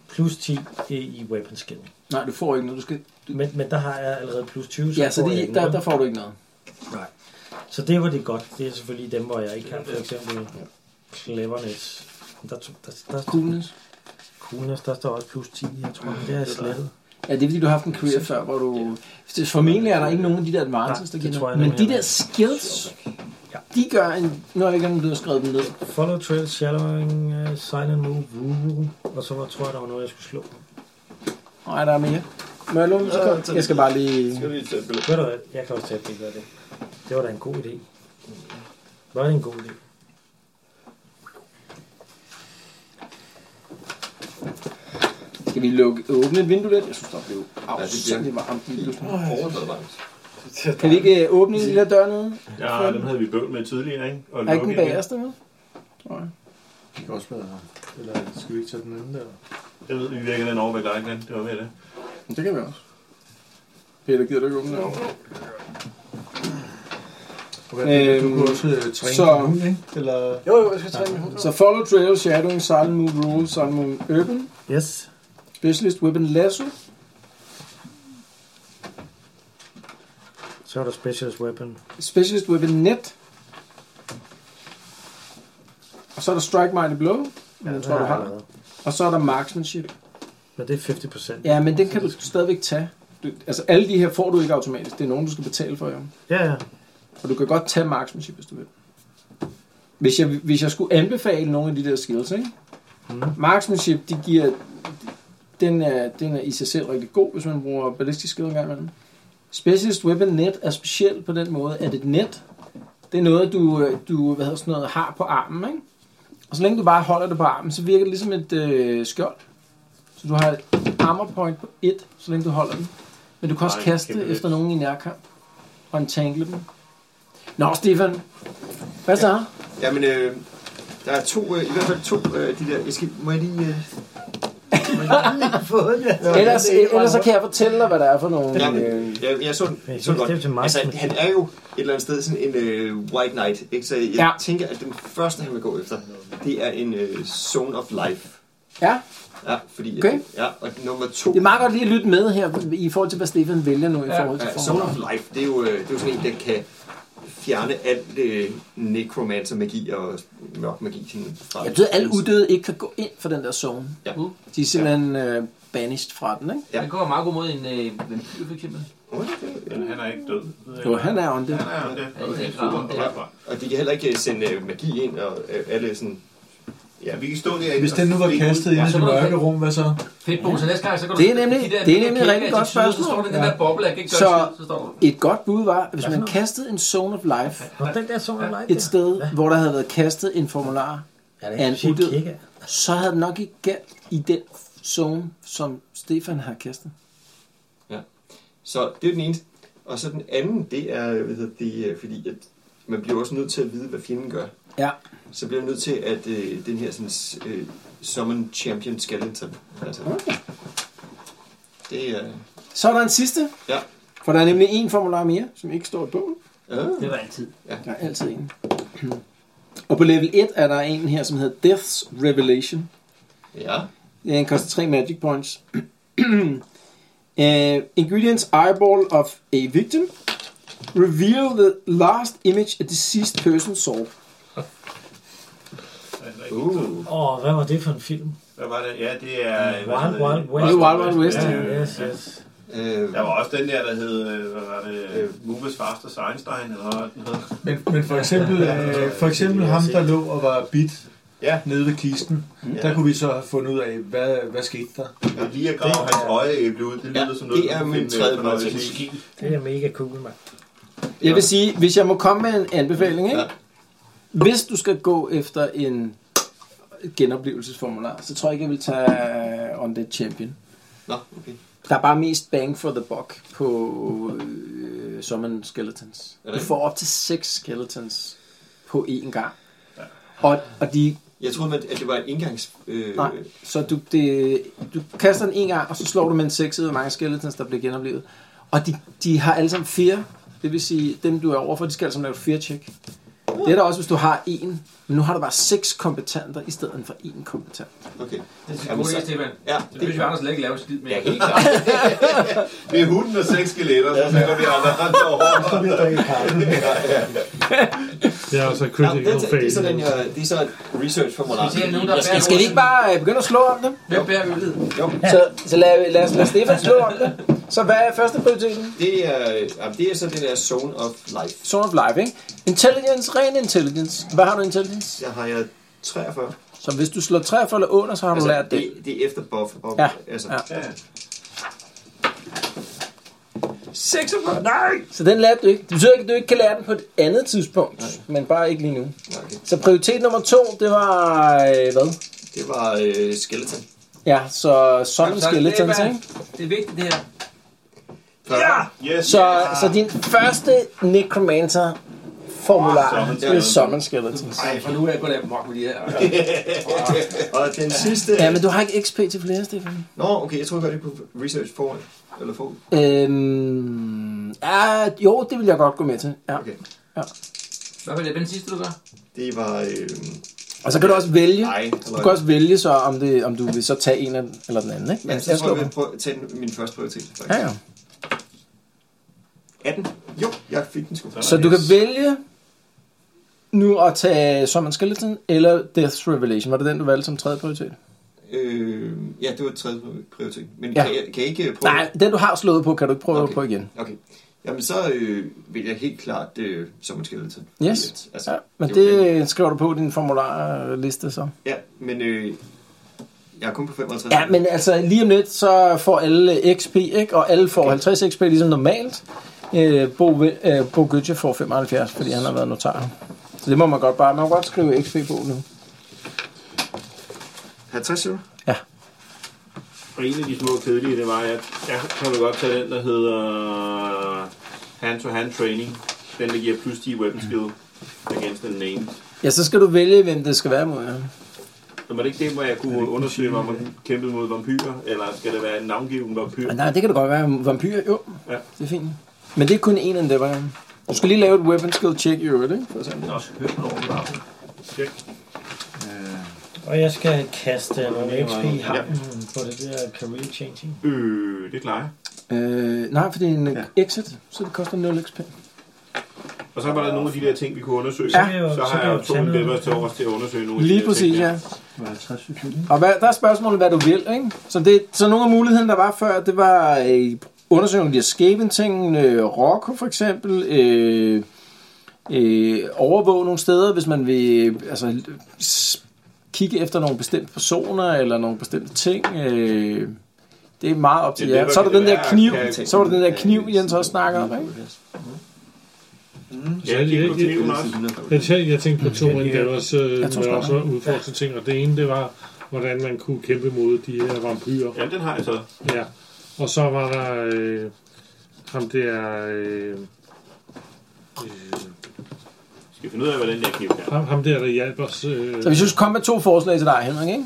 [SPEAKER 4] plus 10 i i weapon skill.
[SPEAKER 1] Nej, du får ikke noget. Du skal...
[SPEAKER 4] Men, men der har jeg allerede plus 20, så,
[SPEAKER 1] Ja, så
[SPEAKER 4] får jeg
[SPEAKER 1] det,
[SPEAKER 4] ikke
[SPEAKER 1] der,
[SPEAKER 4] noget.
[SPEAKER 1] der får du ikke noget.
[SPEAKER 4] Så det var det godt. Det er selvfølgelig dem, hvor jeg ikke har for eksempel cleverness. Men Der, der, der, der,
[SPEAKER 1] Coolness.
[SPEAKER 4] coolness, der står også plus 10, jeg tror, det er slettet.
[SPEAKER 1] Ja, det er fordi, du har haft en career før, hvor du... Det- Formentlig er der ikke nogen af de der advances, der
[SPEAKER 4] Nej, det
[SPEAKER 1] giver
[SPEAKER 4] tror jeg
[SPEAKER 1] noget. Men
[SPEAKER 4] nemlig
[SPEAKER 1] de der
[SPEAKER 4] heller
[SPEAKER 1] skills, de gør en... Nu har jeg ikke engang, du har skrevet dem ned.
[SPEAKER 4] Follow trail, shallowing, uh, silent move, woo, og så var, tror jeg, der var noget, jeg skulle slå.
[SPEAKER 1] Nej, der er mere. Må jeg låne? Så kom. Jeg skal bare lige...
[SPEAKER 2] Skal vi tage et billede?
[SPEAKER 4] Ved du hvad, jeg kan også tage et billede af det. Det var da en god idé. Var det en god idé?
[SPEAKER 1] Skal vi lukke, åbne et vindue lidt? Jeg synes, der blev
[SPEAKER 2] Ja, det bliver
[SPEAKER 1] afsindelig varmt lige pludselig.
[SPEAKER 2] overdrevet varmt.
[SPEAKER 1] Kan vi ikke øh, åbne en lille dør nede?
[SPEAKER 10] Ja, dem havde vi bøvl med tidligere, ikke? Og
[SPEAKER 1] Er ikke den
[SPEAKER 10] lukke igen.
[SPEAKER 1] bagerste med? Nej.
[SPEAKER 3] Det kan også være Eller skal vi ikke tage den anden der?
[SPEAKER 10] Jeg ved, vi virker den over ved dig, men det var ved det.
[SPEAKER 1] Det kan vi også. Peter, gider du ikke åbne den?
[SPEAKER 3] Okay, du
[SPEAKER 1] Øhm,
[SPEAKER 3] kunne også øh, træne
[SPEAKER 1] så-
[SPEAKER 3] så... hunden, ikke? Eller...
[SPEAKER 5] Jo, jo, jeg skal træne min hund.
[SPEAKER 1] Så follow trail, shadowing, silent move, rule, silent move, urban.
[SPEAKER 4] Yes.
[SPEAKER 1] Specialist weapon, lasso.
[SPEAKER 4] Så er der specialist weapon.
[SPEAKER 1] Specialist weapon, net. Og så er der strike, mighty blow. Ja, den
[SPEAKER 4] det
[SPEAKER 1] tror du
[SPEAKER 4] jeg
[SPEAKER 1] har.
[SPEAKER 4] allerede.
[SPEAKER 1] Og så er der marksmanship.
[SPEAKER 4] Men det er 50%.
[SPEAKER 1] Ja, men den kan du stadigvæk tage. Du, altså alle de her får du ikke automatisk. Det er nogen, du skal betale for, jo.
[SPEAKER 4] Ja, ja.
[SPEAKER 1] Og du kan godt tage marksmanship, hvis du vil. Hvis jeg, hvis jeg skulle anbefale nogle af de der skills, ikke? Mm. Marksmanship, de giver... Den er, den er i sig selv rigtig god, hvis man bruger ballistisk skill engang imellem. Specialist Weapon Net er specielt på den måde, at et net, det er noget, du, øh, du hvad hedder sådan noget, har på armen, ikke? Og så længe du bare holder det på armen, så virker det ligesom et øh, skjold. Så du har et armor point på 1, så længe du holder den. Men du kan også
[SPEAKER 10] Nej,
[SPEAKER 1] kaste
[SPEAKER 10] kæmpe net.
[SPEAKER 1] efter nogen i nærkamp og entangle dem. Nå, Stefan. Hvad så?
[SPEAKER 2] Jamen, øh, der er to, øh, i hvert fald to øh, de der... Jeg skal, må jeg lige... Øh,
[SPEAKER 1] Ellers, ellers så kan jeg fortælle dig, hvad der er for nogle...
[SPEAKER 2] ja,
[SPEAKER 1] øh,
[SPEAKER 2] men, jeg, jeg så den,
[SPEAKER 4] Men jeg
[SPEAKER 2] så den
[SPEAKER 4] synes, det er til
[SPEAKER 2] godt.
[SPEAKER 4] mig,
[SPEAKER 2] Altså,
[SPEAKER 4] men-
[SPEAKER 2] han er jo et eller andet sted sådan en øh, white knight, ikke? Så jeg
[SPEAKER 1] Ja.
[SPEAKER 2] tænker, at den første, han vil gå efter, det er en øh, zone of life.
[SPEAKER 1] Ja.
[SPEAKER 2] Ja, fordi...
[SPEAKER 1] Okay.
[SPEAKER 2] Ja, og nummer to...
[SPEAKER 1] Det er meget godt lige at lytte med her, i forhold til, hvad Stefan vælger nu i forhold til
[SPEAKER 2] Ja, Zone
[SPEAKER 1] forholdet.
[SPEAKER 2] of Life, det er jo, øh, det er jo sådan en, der kan fjerne alt øh, necromancer-magi og mørk magi. Sådan, fra
[SPEAKER 1] Jeg ved, at alle uddøde ikke kan gå ind for den der zone.
[SPEAKER 2] Ja.
[SPEAKER 1] De er simpelthen øh, banished fra den, ikke?
[SPEAKER 2] Ja.
[SPEAKER 7] Den går meget god mod en øh, vampyr, for eksempel.
[SPEAKER 10] Men han er ikke død.
[SPEAKER 1] Jo, han er on det.
[SPEAKER 10] Han er jo det.
[SPEAKER 7] Ja, det er klart.
[SPEAKER 10] Super. Ja.
[SPEAKER 2] Og de kan heller ikke øh, sende øh, magi ind, og øh, alle sådan...
[SPEAKER 6] Ja, vi kan stå derinde.
[SPEAKER 3] Hvis den nu var kastet ind i det mørke rum, hvad så?
[SPEAKER 7] Fedt, Bo, så næste gang, så kan du...
[SPEAKER 1] Det er nemlig-
[SPEAKER 7] de der
[SPEAKER 1] det er nemlig
[SPEAKER 7] kæmpe
[SPEAKER 1] rigtig godt
[SPEAKER 7] attituder, Så
[SPEAKER 1] spørgsmål.
[SPEAKER 7] står der den der boble, jeg kan ikke
[SPEAKER 1] Så-
[SPEAKER 7] gøre en skid, så står der...
[SPEAKER 1] Et godt bud var, at hvis man kastede en zone of life
[SPEAKER 4] Nå, den der så er light.
[SPEAKER 1] et sted, hvor der havde været kastet en formular,
[SPEAKER 4] Ja, det
[SPEAKER 1] af
[SPEAKER 4] er
[SPEAKER 1] en
[SPEAKER 4] en shit
[SPEAKER 1] uddød.
[SPEAKER 4] kirke.
[SPEAKER 1] så havde den nok ikke galt i den zone, som Stefan har kastet.
[SPEAKER 2] Så det er den ene. Og så den anden, det er, øh, hvad hedder det, øh, fordi at man bliver også nødt til at vide, hvad fjenden gør.
[SPEAKER 1] Ja.
[SPEAKER 2] Så bliver man nødt til, at øh, den her sådan, øh, Summon Champion Skeleton, altså, det er...
[SPEAKER 1] Så er der en sidste.
[SPEAKER 2] Ja.
[SPEAKER 1] For der er nemlig en formular mere, som ikke står i bogen.
[SPEAKER 2] Øh,
[SPEAKER 7] Det var altid.
[SPEAKER 1] Der er altid en. Og på level 1 er der en her, som hedder Death's Revelation.
[SPEAKER 2] ja.
[SPEAKER 1] Den koster 3 magic points. uh, ingredients eyeball of a victim. Reveal the last image a deceased person saw.
[SPEAKER 2] Uh.
[SPEAKER 4] Åh, hvad var det for en film?
[SPEAKER 6] Hvad var det? Ja, det er... hvad
[SPEAKER 4] Wild
[SPEAKER 6] hedder
[SPEAKER 4] Wild
[SPEAKER 6] det?
[SPEAKER 4] West.
[SPEAKER 1] Det er Wild
[SPEAKER 6] Ja,
[SPEAKER 1] Wild West,
[SPEAKER 6] ja, ja.
[SPEAKER 4] Yes, yes.
[SPEAKER 2] Øh,
[SPEAKER 6] Der var også den der, der hed, øh, hvad var det, øh, Moves Faster Einstein, eller hvad den hed.
[SPEAKER 3] Men, men for eksempel, øh, for eksempel ham, der lå og var bit
[SPEAKER 6] Ja.
[SPEAKER 3] nede ved kisten, der kunne vi så have fundet ud af, hvad, hvad skete der?
[SPEAKER 6] Og lige at grave hans øjeæble ud, det lyder som noget,
[SPEAKER 2] det er
[SPEAKER 6] du kan
[SPEAKER 2] min
[SPEAKER 6] finde, øh,
[SPEAKER 2] tredje
[SPEAKER 6] fornøjelse
[SPEAKER 2] plads.
[SPEAKER 6] i.
[SPEAKER 4] Det er mega cool, mand.
[SPEAKER 1] Jeg vil sige, hvis jeg må komme med en anbefaling, ikke?
[SPEAKER 2] Ja.
[SPEAKER 1] Hvis du skal gå efter en genoplevelsesformular, så tror jeg ikke, jeg vil tage eh, On The Champion.
[SPEAKER 2] Nå, okay.
[SPEAKER 1] Der er bare mest bang for the buck på øh, Summon Skeletons.
[SPEAKER 2] Er
[SPEAKER 1] Du
[SPEAKER 2] det ikke?
[SPEAKER 1] får op til 6 skeletons på én gang. Og, og de,
[SPEAKER 2] Jeg troede, at det var en engangs... Øh,
[SPEAKER 1] nej, så du, det, du kaster den en gang, og så slår du med en 6 ud af hvor mange skeletons, der bliver genoplevet. Og de, de har alle sammen fire. Det vil sige, dem du er overfor, de skal alle sammen lave et fire check. Det er der også, hvis du har en. Men nu har du bare seks kompetenter, i stedet for én kompetent.
[SPEAKER 2] Okay.
[SPEAKER 7] Det er
[SPEAKER 2] Jamen,
[SPEAKER 7] en god idé,
[SPEAKER 2] så-
[SPEAKER 7] Stefan.
[SPEAKER 2] Ja,
[SPEAKER 7] Det
[SPEAKER 2] det
[SPEAKER 7] synes jeg, Anders slet ikke laver skid med.
[SPEAKER 2] Ja, helt klart.
[SPEAKER 6] Det er hunden og seks skeletter, så sætter vi andre andre over.
[SPEAKER 3] Så vil jeg drikke kaffe.
[SPEAKER 8] Det er altså
[SPEAKER 2] Nå, det,
[SPEAKER 8] critical
[SPEAKER 2] er- det, er sådan,
[SPEAKER 8] fail.
[SPEAKER 2] jeg, det er så et research-formular.
[SPEAKER 7] Skal vi se, nogen, der bærer
[SPEAKER 1] Skal vi ikke bare øh, begynde at slå om dem?
[SPEAKER 7] Hvem bærer øllet?
[SPEAKER 1] Så, så lad, lad, os- lad Stefan slå om det. Så hvad er første prioriteten?
[SPEAKER 2] Det er, jamen, det er så det der zone of life.
[SPEAKER 1] Zone of Life, ikke? Intelligence, ren intelligence. Hvad har du i intelligence?
[SPEAKER 2] Der har jeg 43.
[SPEAKER 1] Så hvis du slår 43 eller under, så har du altså, lært det.
[SPEAKER 2] det, det er efter buff. Og,
[SPEAKER 1] Ja,
[SPEAKER 2] altså,
[SPEAKER 1] ja.
[SPEAKER 6] Ja.
[SPEAKER 1] 46? Nej! Så den lærte du ikke. Det betyder ikke, at du ikke kan lære den på et andet tidspunkt, Nej. men bare ikke lige nu.
[SPEAKER 2] ja, okay.
[SPEAKER 1] Så prioritet nummer to, det var... Øh, hvad?
[SPEAKER 2] Det var øh, skeleton.
[SPEAKER 1] Ja, så Summon
[SPEAKER 7] Jamen, så er det
[SPEAKER 1] Skeletons,
[SPEAKER 7] bare-
[SPEAKER 1] ikke?
[SPEAKER 7] Det er vigtigt, det her.
[SPEAKER 1] Ja! Yes, så, yes. så din første Necromancer-formular
[SPEAKER 2] Summon
[SPEAKER 1] med
[SPEAKER 2] Skeletons.
[SPEAKER 1] Summon Skeletons.
[SPEAKER 7] Nej, for nu er jeg gået af mok med de her.
[SPEAKER 2] og den sidste...
[SPEAKER 1] Ja, men du har ikke XP til flere, Stefan.
[SPEAKER 2] Nå, okay, jeg tror godt, det er på research foran. Eller forud.
[SPEAKER 1] Øhm, ja, jo, det vil jeg godt gå med til. Ja.
[SPEAKER 2] Okay.
[SPEAKER 7] Hvad var det den sidste, du gør?
[SPEAKER 2] Det var... Øh,
[SPEAKER 1] Og så kan du også vælge,
[SPEAKER 2] nej,
[SPEAKER 1] du kan også vælge så, om, det, om du vil så tage en af- eller den anden. Ikke?
[SPEAKER 2] Men så tror jeg, jeg vil prøve at tage den, min første prioritet. Faktisk.
[SPEAKER 1] Ja, ja.
[SPEAKER 2] 18. Jo, jeg fik den sgu.
[SPEAKER 1] Så du kan vælge nu at tage Summon Skeleton eller Death's Revelation. Var det den, du valgte som tredje prioritet?
[SPEAKER 2] Øh, ja, det var tredje prioritet. Men
[SPEAKER 1] Ja.
[SPEAKER 2] ja. kan, jeg, kan jeg ikke øh, prøve...
[SPEAKER 1] Nej, den du har slået på, kan du ikke prøve okay.
[SPEAKER 2] Okay.
[SPEAKER 1] på igen.
[SPEAKER 2] Okay. Jamen, så øh, vil jeg helt klart øh, som en skeleton.
[SPEAKER 1] Yes.
[SPEAKER 2] Altså,
[SPEAKER 1] Ja, men
[SPEAKER 2] det er
[SPEAKER 1] det, skriver du på din formularliste så.
[SPEAKER 2] Ja, men øh, jeg er kun på 55.
[SPEAKER 1] Ja, men altså lige om lidt, så får alle XP, ikke? Og alle får 50 XP ligesom normalt. Øh, Bo, Vil- øh, Bo Gøtje får 75, fordi han har været notar. Så det må man godt bare. Man må godt skrive XP på nu.
[SPEAKER 2] 50 euro?
[SPEAKER 10] Og en af de små kedelige, det var, at jeg kan vel godt tage den, der hedder hand-to-hand training. Den, der giver plus 10 weapon skill against the name.
[SPEAKER 1] Ja, så skal du vælge, hvem det skal være mod. Ja.
[SPEAKER 10] Så var det ikke det, hvor jeg kunne undersøge, om man kæmpede mod vampyrer, eller skal det være en navngiven vampyr?
[SPEAKER 1] Men nej, det kan det godt være. Vampyr, jo.
[SPEAKER 10] Ja.
[SPEAKER 1] Det er fint. Men det er kun en af det, var. Du skal lige lave et weapon skill check i øvrigt, ikke?
[SPEAKER 10] Jeg har også hørt over den aften.
[SPEAKER 4] Og jeg skal kaste noget XP i havnen på det der career changing.
[SPEAKER 10] Øh, det klarer jeg.
[SPEAKER 1] Øh, nej, for det er en ja. exit, så det koster 0 XP.
[SPEAKER 10] Og så var der nogle af de der ting, vi kunne undersøge.
[SPEAKER 1] Ja.
[SPEAKER 10] Så
[SPEAKER 4] Så
[SPEAKER 10] har
[SPEAKER 4] kan
[SPEAKER 10] jeg jo
[SPEAKER 4] jeg jo
[SPEAKER 10] to
[SPEAKER 4] tage
[SPEAKER 10] en
[SPEAKER 4] noget.
[SPEAKER 10] bebber til overs til at undersøge nogle af de
[SPEAKER 1] Lige
[SPEAKER 10] der
[SPEAKER 1] præcis,
[SPEAKER 10] ting.
[SPEAKER 1] ja. Og hvad, der er spørgsmålet, hvad du vil, ikke? Så, det, så nogle af mulighederne, der var før, det var øh, undersøge nogle af de her skæbneting, øh, Rocco for eksempel, øh, øh, overvåge nogle steder, hvis man vil øh, altså, s- kigge efter nogle bestemte personer eller nogle bestemte ting. Øh, det er meget op til
[SPEAKER 10] Ja, det
[SPEAKER 1] jer.
[SPEAKER 10] var-
[SPEAKER 1] Så er der
[SPEAKER 10] det
[SPEAKER 1] den der
[SPEAKER 10] var-
[SPEAKER 1] kniv,
[SPEAKER 10] kan-
[SPEAKER 1] så var der den der kniv, Jens også snakker om, ikke?
[SPEAKER 10] Ja, det er kniven også.
[SPEAKER 8] Jeg, tæ- jeg tænkte på to, men Mm, det var også, øh,
[SPEAKER 1] Jeg tror
[SPEAKER 8] var
[SPEAKER 1] sgu,
[SPEAKER 8] også udforskede ting, og det ene, det var, hvordan man kunne kæmpe mod de her vampyrer.
[SPEAKER 10] Jamen, den har jeg taget.
[SPEAKER 8] Ja. Og så var der øh, ham der... Øh, øh,
[SPEAKER 10] Skal finde ud af, hvad den der kniv er.
[SPEAKER 8] ham, ham der, der hjalp os. Øh,
[SPEAKER 1] Så hvis jeg skulle komme med to forslag til dig, Henrik, ikke?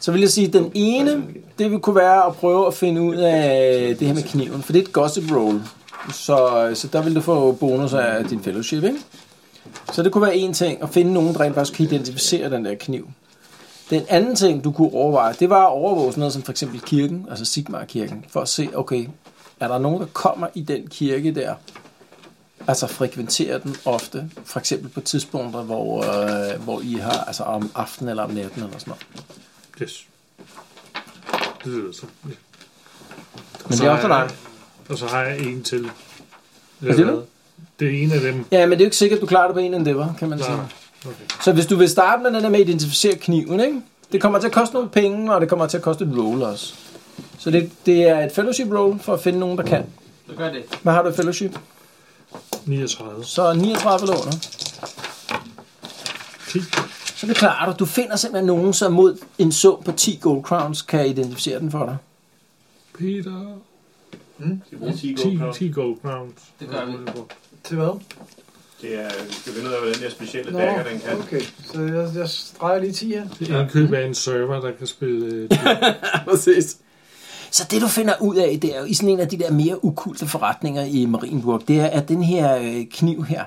[SPEAKER 1] så vil jeg sige, at den ene, det vil kunne være at prøve at finde ud af øh, det her med kniven, for det er et gossip roll. Så, øh, så der vil du få bonus af din fellowship, ikke? Så det kunne være en ting, at finde nogen, der rent faktisk kan identificere den der kniv. Den anden ting, du kunne overveje, det var at overvåge sådan noget som for eksempel kirken, altså Sigmar-kirken, for at se, okay, er der nogen, der kommer i den kirke der, altså frekventerer den ofte, for eksempel på tidspunkter, hvor, øh, hvor I har, altså om aftenen eller om natten eller sådan noget.
[SPEAKER 8] Yes. Det lyder så. Ja.
[SPEAKER 1] Men det er ofte dig.
[SPEAKER 8] Og så har jeg en til. Hvad
[SPEAKER 1] siger du?
[SPEAKER 8] Det er en af dem.
[SPEAKER 1] Ja, men det er jo ikke sikkert, at du klarer det på en endeavor, kan man
[SPEAKER 8] Nej,
[SPEAKER 1] sige.
[SPEAKER 8] nej.
[SPEAKER 1] Så hvis du vil starte med den der med at identificere kniven, ikke? det kommer til at koste nogle penge, og det kommer til at koste et roll også. Så det, det er et fellowship roll for at finde nogen, der kan.
[SPEAKER 7] Så gør det.
[SPEAKER 1] Hvad har du i fellowship?
[SPEAKER 8] 39.
[SPEAKER 1] Så 39 eller under.
[SPEAKER 8] 10.
[SPEAKER 1] Så det klarer du. Du finder simpelthen nogen, som mod en sum på 10 gold crowns kan identificere den for dig.
[SPEAKER 8] Peter.
[SPEAKER 10] Skal bruge 10 gold
[SPEAKER 8] 10,
[SPEAKER 10] crowns.
[SPEAKER 8] 10 gold crowns.
[SPEAKER 7] Det gør vi.
[SPEAKER 5] Til hvad?
[SPEAKER 10] Det er, vi skal finde ud af, hvad den der specielle dagger, den kan.
[SPEAKER 5] okay. Så jeg, jeg streger lige 10 her.
[SPEAKER 8] Det er indkøb af en server, der kan spille... Øh,
[SPEAKER 1] Præcis. Så det, du finder ud af, det er jo i sådan en af de der mere ukulte forretninger i Marienburg, det er, at den her øh, kniv her,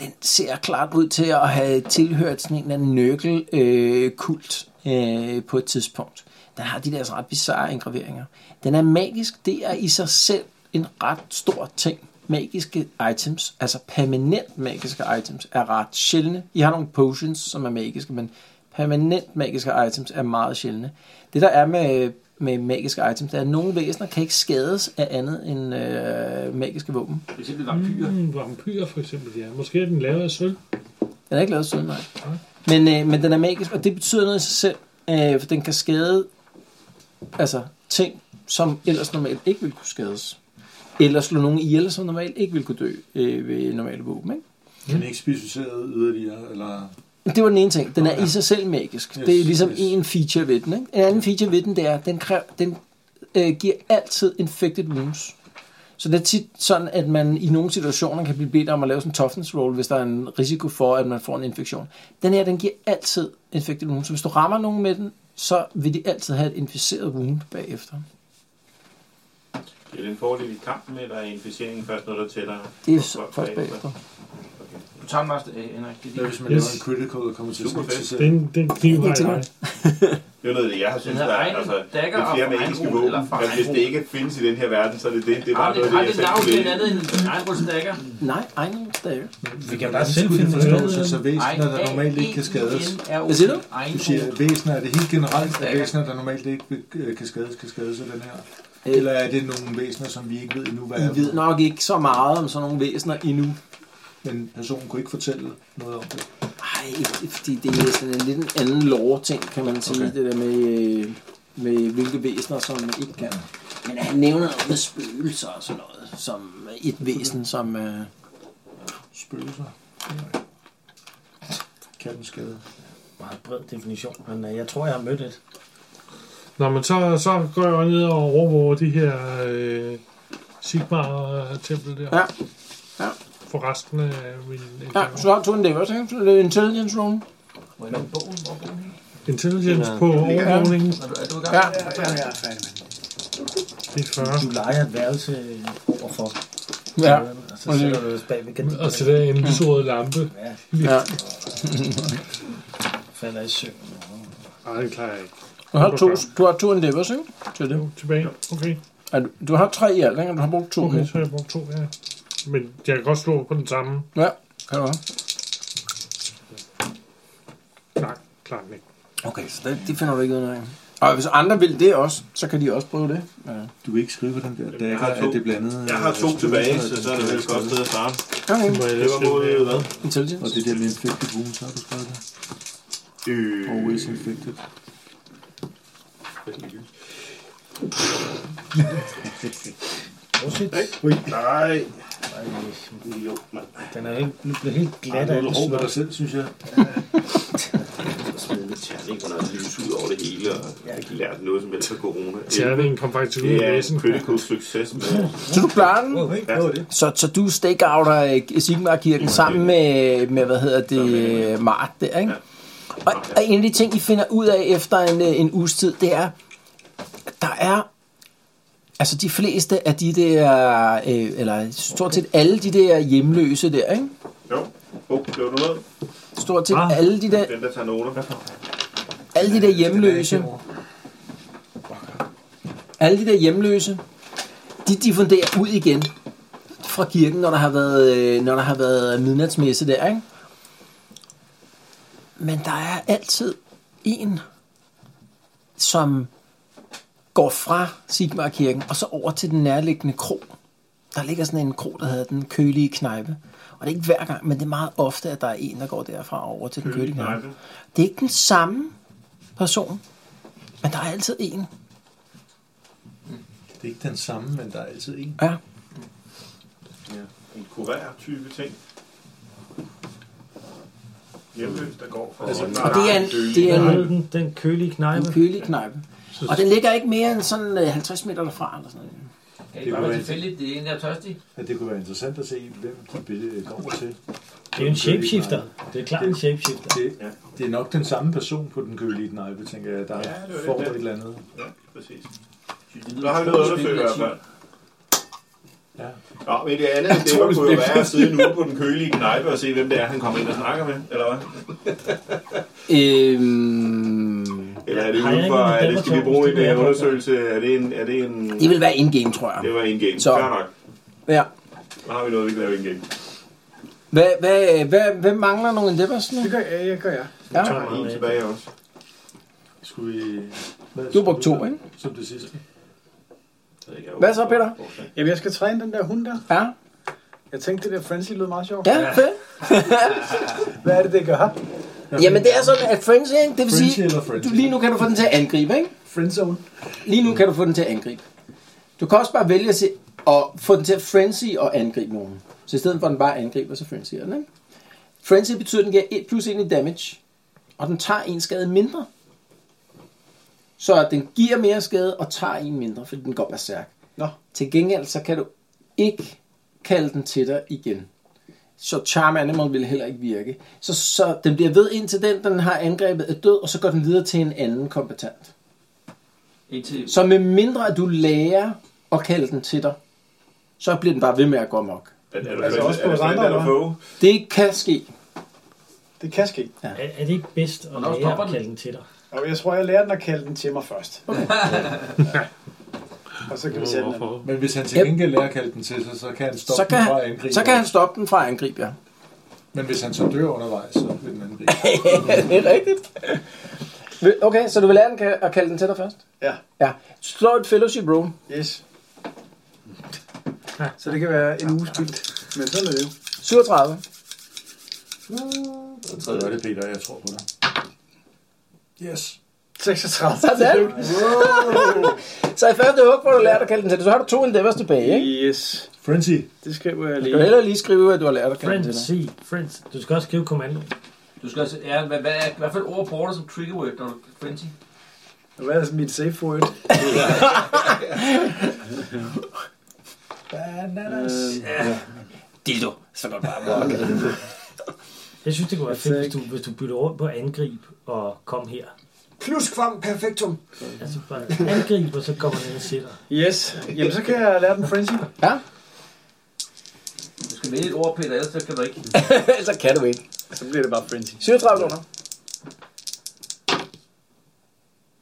[SPEAKER 1] den ser klart ud til at have tilhørt sådan en eller anden nøkkelkult øh, kult, øh, på et tidspunkt. Den har de der altså ret bizarre engraveringer. Den er magisk. Det er i sig selv en ret stor ting. Magiske items, altså permanent magiske items, er ret sjældne. I har nogle potions, som er magiske, men permanent magiske items er meget sjældne. Det der er med, med magiske items, det er, at nogle væsener kan ikke skades af andet end øh, magiske våben.
[SPEAKER 7] For eksempel vampyrer.
[SPEAKER 8] mm, vampyr for eksempel, ja. Måske er den lavet af sølv.
[SPEAKER 1] Den er ikke lavet siden, nej. Men, øh, men den er magisk, og det betyder noget i sig selv, øh, for den kan skade altså, ting, som ellers normalt ikke ville kunne skades. Eller slå nogen ihjel, som normalt ikke ville kunne dø øh, ved normale våben. Ikke?
[SPEAKER 3] Den er ikke specificeret yderligere, eller...
[SPEAKER 1] Det var den ene ting. Den er i sig selv magisk. Yes, det er ligesom
[SPEAKER 3] yes.
[SPEAKER 1] en feature ved den. Ikke? En anden feature ved den, det er, at den, kræver, den øh, giver altid infected wounds. Så det er tit sådan, at man i nogle situationer kan blive bedt om at lave sådan en toughness roll, hvis der er en risiko for, at man får en infektion. Den her, den giver altid infected wound. Så hvis du rammer nogen med den, så vil de altid have et inficeret wound bagefter.
[SPEAKER 10] Er det en fordel i kampen, eller er inficeringen først noget, der tæller?
[SPEAKER 1] Det er s- først bagefter.
[SPEAKER 7] Du tager den bare, øh, Henrik. Det er
[SPEAKER 3] Hvad
[SPEAKER 7] din.
[SPEAKER 3] hvis man
[SPEAKER 8] Yes.
[SPEAKER 3] laver en critical og kommer til
[SPEAKER 10] Super fedt.
[SPEAKER 3] succes?
[SPEAKER 8] Den, den kniv har jeg.
[SPEAKER 10] Det er noget, af det jeg har synes,
[SPEAKER 7] Den her
[SPEAKER 10] der er,
[SPEAKER 7] egen
[SPEAKER 10] altså, jo
[SPEAKER 7] dagger og
[SPEAKER 10] flere
[SPEAKER 7] fra
[SPEAKER 10] magiske
[SPEAKER 7] Eindhoven,
[SPEAKER 10] våben,
[SPEAKER 7] eller fra
[SPEAKER 10] men hvis det
[SPEAKER 7] Eindhoven.
[SPEAKER 10] ikke findes i den her verden, så er det det. Det er
[SPEAKER 7] Har
[SPEAKER 10] bare
[SPEAKER 7] det
[SPEAKER 10] noget, af
[SPEAKER 7] har
[SPEAKER 10] det,
[SPEAKER 7] det
[SPEAKER 10] jeg
[SPEAKER 7] navn
[SPEAKER 10] fandt
[SPEAKER 7] til
[SPEAKER 10] ved.
[SPEAKER 7] en andet end Eindrups dagger?
[SPEAKER 1] Nej, ej, nej, der er jo.
[SPEAKER 4] Vi kan bare selv
[SPEAKER 3] Skulle
[SPEAKER 4] finde
[SPEAKER 3] det
[SPEAKER 4] ud af
[SPEAKER 3] forståelse,
[SPEAKER 4] det.
[SPEAKER 3] så væsener, der normalt ikke kan
[SPEAKER 7] E
[SPEAKER 3] skades.
[SPEAKER 1] Hvad siger du?
[SPEAKER 3] Du siger, at væsener er det helt generelt, at væsener, der normalt ikke øh, kan skades, kan skades af den her? Eller er det nogle væsener, som vi ikke ved endnu, hvad er?
[SPEAKER 1] I ved nok ikke så meget om sådan nogle væsener endnu.
[SPEAKER 3] Men personen kunne ikke fortælle noget om det.
[SPEAKER 1] Nej, fordi det er sådan en lidt en anden lore-ting, kan man sige, okay. det der med, øh, med hvilke væsener, som man ikke kan. Men han nævner noget med spøgelser og sådan noget, som et væsen, som... Øh,
[SPEAKER 3] Spøgelser. Katten skade.
[SPEAKER 4] Meget bred definition, men øh, jeg tror, jeg har mødt et.
[SPEAKER 8] Nå, men så, så går jeg jo ned og overvåger de her øh, Sigmar-tempel der.
[SPEAKER 1] Ja. Ja.
[SPEAKER 8] For resten af min
[SPEAKER 1] ja, så har du en dækker, ikke? Så det er intelligence room.
[SPEAKER 7] Hvor er bogen? Hvor er bogen? henne?
[SPEAKER 8] intelligence på overvågningen.
[SPEAKER 7] Er du, er du i gang?
[SPEAKER 1] Ja.
[SPEAKER 5] Jeg er færdig med
[SPEAKER 8] Det er 40.
[SPEAKER 4] Du leger et værelse overfor.
[SPEAKER 1] Ja.
[SPEAKER 4] Og så sætter du os bag ved
[SPEAKER 8] Og så
[SPEAKER 4] gardinerne.
[SPEAKER 8] der en lyserød lampe.
[SPEAKER 4] Ja,
[SPEAKER 1] ja.
[SPEAKER 4] falder i søvn.
[SPEAKER 8] Nej, det klarer jeg ikke.
[SPEAKER 1] Du har to, du har to endeavors, ikke? Til det.
[SPEAKER 8] Jo, tilbage. Okay.
[SPEAKER 1] Er du, du har tre i alt, ikke? Og du har brugt to.
[SPEAKER 8] Okay,
[SPEAKER 1] Okay.
[SPEAKER 8] så har jeg brugt to, ja. Men jeg kan godt slå på den samme.
[SPEAKER 1] Ja, kan du have.
[SPEAKER 8] Nej, klart ikke.
[SPEAKER 1] Okay, så det, det finder du ikke ud af. Og hvis andre vil det også, så kan de også prøve det. Ja.
[SPEAKER 3] Du vil ikke skrive på den der
[SPEAKER 10] jeg
[SPEAKER 3] dagger,
[SPEAKER 10] har to.
[SPEAKER 3] at det er blandet.
[SPEAKER 10] Jeg har to
[SPEAKER 3] øh,
[SPEAKER 10] tilbage,
[SPEAKER 3] spøgelser, og
[SPEAKER 10] så så er det vel et godt sted at starte.
[SPEAKER 1] Okay,
[SPEAKER 8] Må jeg
[SPEAKER 10] Det var mod
[SPEAKER 8] skrive
[SPEAKER 10] hvad?
[SPEAKER 1] intelligence.
[SPEAKER 3] Og det der med infected wounds, har du skrevet det?
[SPEAKER 10] Øh,
[SPEAKER 3] Always infected.
[SPEAKER 4] Prosit.
[SPEAKER 10] nej. Jo, mand.
[SPEAKER 4] Den er helt, nu bliver helt glat af det
[SPEAKER 3] med
[SPEAKER 4] snot.
[SPEAKER 3] dig selv, synes jeg.
[SPEAKER 10] Og så med terning, hvor der er lys ud over det hele, og jeg har ikke lært noget som helst af corona.
[SPEAKER 8] Terningen kom faktisk ud
[SPEAKER 10] Det
[SPEAKER 8] i
[SPEAKER 10] er
[SPEAKER 8] næsen.
[SPEAKER 10] en critical success med
[SPEAKER 1] Så du klarer den?
[SPEAKER 4] Åh, hey, hvad var det?
[SPEAKER 1] Så, så du stakeouter øh, Sigmar-kirken sammen med, med, hvad hedder det, Mart der, ikke? Og, og en af de ting, I finder ud af efter en, øh, en uges tid, det er, at der er, altså de fleste af de der, øh, eller stort set alle de der hjemløse der, ikke?
[SPEAKER 10] Jo, oh, blev du noget?
[SPEAKER 1] Stort set alle de der,
[SPEAKER 10] Den der tager noter.
[SPEAKER 1] alle de der hjemløse, alle de der hjemløse, de diffunderer ud igen fra kirken, når der har været, øh, når der har været midnatsmesse der, ikke? Men der er altid en, som går fra Sigmar-kirken og så over til den nærliggende krog. Der ligger sådan en krog, der hedder den kølige knejpe. Og det er ikke hver gang, men det er meget ofte, at der er en, der går derfra over til den kølige knejpe. Det er ikke den samme person, men der er altid en.
[SPEAKER 3] Det er ikke den samme, men der er altid en.
[SPEAKER 1] Ja.
[SPEAKER 10] En kurér-type ting. Hjemløs, der går for...
[SPEAKER 1] Og det er en, det er
[SPEAKER 4] Den,
[SPEAKER 1] en,
[SPEAKER 4] hed den, den kølige knejpe.
[SPEAKER 1] en kølig knejpe. Og den ligger ikke mere end sådan øh, 50 meter derfra. Eller sådan noget.
[SPEAKER 7] Kan det bare være tilfældigt, det er en, der er tørstig?
[SPEAKER 3] At det kunne være interessant at se, hvem de billeder kommer til.
[SPEAKER 4] Det er jo en shapeshifter. Det er klart en shapeshifter.
[SPEAKER 3] Det, ja. det er nok den samme person på den kølige knejpe, tænker jeg, der
[SPEAKER 10] Ja, det er
[SPEAKER 3] ja,
[SPEAKER 10] jo
[SPEAKER 3] får
[SPEAKER 10] det.
[SPEAKER 3] et eller andet.
[SPEAKER 10] Ja, præcis. Der har vi noget at undersøge i hvert fald.
[SPEAKER 3] Ja.
[SPEAKER 10] Ja, men det andet, det
[SPEAKER 1] Troels
[SPEAKER 10] kunne jo
[SPEAKER 1] Bech.
[SPEAKER 10] være at sidde nu på den kølige knejpe og se, hvem det er, han kommer ind og snakker med, eller hvad?
[SPEAKER 1] Øhm,
[SPEAKER 10] Eller er det
[SPEAKER 4] Har jeg
[SPEAKER 10] uden
[SPEAKER 4] ikke
[SPEAKER 10] for,
[SPEAKER 4] nogen
[SPEAKER 10] er det, skal vi bruge en
[SPEAKER 4] datter,
[SPEAKER 10] øh,
[SPEAKER 4] Troels?
[SPEAKER 10] undersøgelse? Er det en, er det en...
[SPEAKER 1] det vil være in-game, tror jeg.
[SPEAKER 10] Det var en game.
[SPEAKER 1] Så.
[SPEAKER 10] Fair nok.
[SPEAKER 1] Ja.
[SPEAKER 10] Så har vi noget, vi kan lave en game.
[SPEAKER 1] Hvad, hvad, hvad, hvad mangler nogle endeavors nu?
[SPEAKER 5] Det gør jeg, jeg gør jeg.
[SPEAKER 1] Ja.
[SPEAKER 10] Der er en tilbage også.
[SPEAKER 3] Skulle vi... Hvad,
[SPEAKER 1] Du har brugt to, ikke?
[SPEAKER 3] Som det sidste.
[SPEAKER 1] Hvad så, Peter?
[SPEAKER 5] Jamen, jeg skal træne den der hund der.
[SPEAKER 1] Ja,
[SPEAKER 5] Jeg tænkte, det der frenzy lød meget sjovt.
[SPEAKER 1] ja, fedt.
[SPEAKER 5] Hvad er det, det gør?
[SPEAKER 1] Jamen, det er sådan, at frenzy, ikke? det vil
[SPEAKER 3] Frenzy
[SPEAKER 1] sige,
[SPEAKER 3] eller frenzy?
[SPEAKER 1] du, lige nu kan du få den til at angribe, ikke?
[SPEAKER 5] Friendzone.
[SPEAKER 1] Lige nu kan du få den til at angribe. Du kan også bare vælge at, se, at få den til at frenzy og angribe nogen. Så i stedet for, at den bare angriber, så frenzy den, ikke? Frenzy betyder, at den giver 1 plus 1 i damage, og den tager en skade mindre. Så den giver mere skade og tager en mindre, fordi den går berserk.
[SPEAKER 5] Nå.
[SPEAKER 1] Til gengæld, så kan du ikke kalde den til dig igen. Så Charm Animal vil heller ikke virke. Så, så den bliver ved indtil den, den har angrebet, er død, og så går den videre til en anden kompetent.
[SPEAKER 7] Indtil...
[SPEAKER 1] Så med mindre at du lærer at kalde den til dig, så bliver den bare ved med at gå amok.
[SPEAKER 10] Er, er,
[SPEAKER 5] Altså også på vandre, eller hvad?
[SPEAKER 1] Det kan ske.
[SPEAKER 5] Det kan ske.
[SPEAKER 1] Ja.
[SPEAKER 4] Er, er det ikke bedst at
[SPEAKER 5] Hvornår
[SPEAKER 4] lære
[SPEAKER 5] stopper
[SPEAKER 4] at
[SPEAKER 5] den?
[SPEAKER 4] kalde den til dig?
[SPEAKER 5] Og jeg tror, jeg lærer den at kalde den til mig først. Okay. ja. Og så kan vi sætte den. anden.
[SPEAKER 3] Men hvis han til gengæld lærer at kalde den til sig, så kan han stoppe
[SPEAKER 1] Så kan,
[SPEAKER 3] den fra at
[SPEAKER 1] han,
[SPEAKER 3] angribe.
[SPEAKER 1] så kan han stoppe den fra at angribe jer.
[SPEAKER 3] Men hvis han så dør undervejs, så vil den angribe.
[SPEAKER 1] det er rigtigt. Vil- Okay, så du vil lære den ka- at kalde den til dig først?
[SPEAKER 5] Ja.
[SPEAKER 1] Ja. Slå et fellowship roll.
[SPEAKER 5] Yes. Så det kan være en uge spildt. Men sådan er det jo.
[SPEAKER 1] 37.
[SPEAKER 3] Så er det, Peter, jeg tror på dig. Yes.
[SPEAKER 5] 36.
[SPEAKER 1] Sådan. så i første hug, hvor du lærer at kalde den til dig, så har du to endeavors tilbage, ikke?
[SPEAKER 5] Yes.
[SPEAKER 3] Frenzy.
[SPEAKER 5] Det skriver jeg
[SPEAKER 1] Du kan hellere lige skrive, at du har lært at kalde den til dig.
[SPEAKER 4] Frenzy, friends. Du skal også skrive kommando.
[SPEAKER 7] Du skal også... Ja, hvad, hvad, hvad for et ord bruger du som trigger word, når du er frenzy?
[SPEAKER 5] Hvad er mit safe word?
[SPEAKER 1] Bananas.
[SPEAKER 4] Øh.
[SPEAKER 7] Ja.
[SPEAKER 1] Dildo. Så går det bare amok.
[SPEAKER 4] Jeg synes, det kunne være
[SPEAKER 1] Jeg
[SPEAKER 4] fedt,
[SPEAKER 1] ved
[SPEAKER 4] hvis du, hvis du bytter rundt på angrib og kom her.
[SPEAKER 2] Plus kvam perfektum.
[SPEAKER 4] Altså bare angrib, og så kommer den ind og sætter.
[SPEAKER 5] Yes. Jamen, så kan jeg lære den frenzy.
[SPEAKER 1] Ja.
[SPEAKER 7] Du skal vælge et ord, Peter, ellers så kan du ikke.
[SPEAKER 1] så kan du ikke.
[SPEAKER 5] Så bliver det bare frenzy.
[SPEAKER 1] 37 lunder.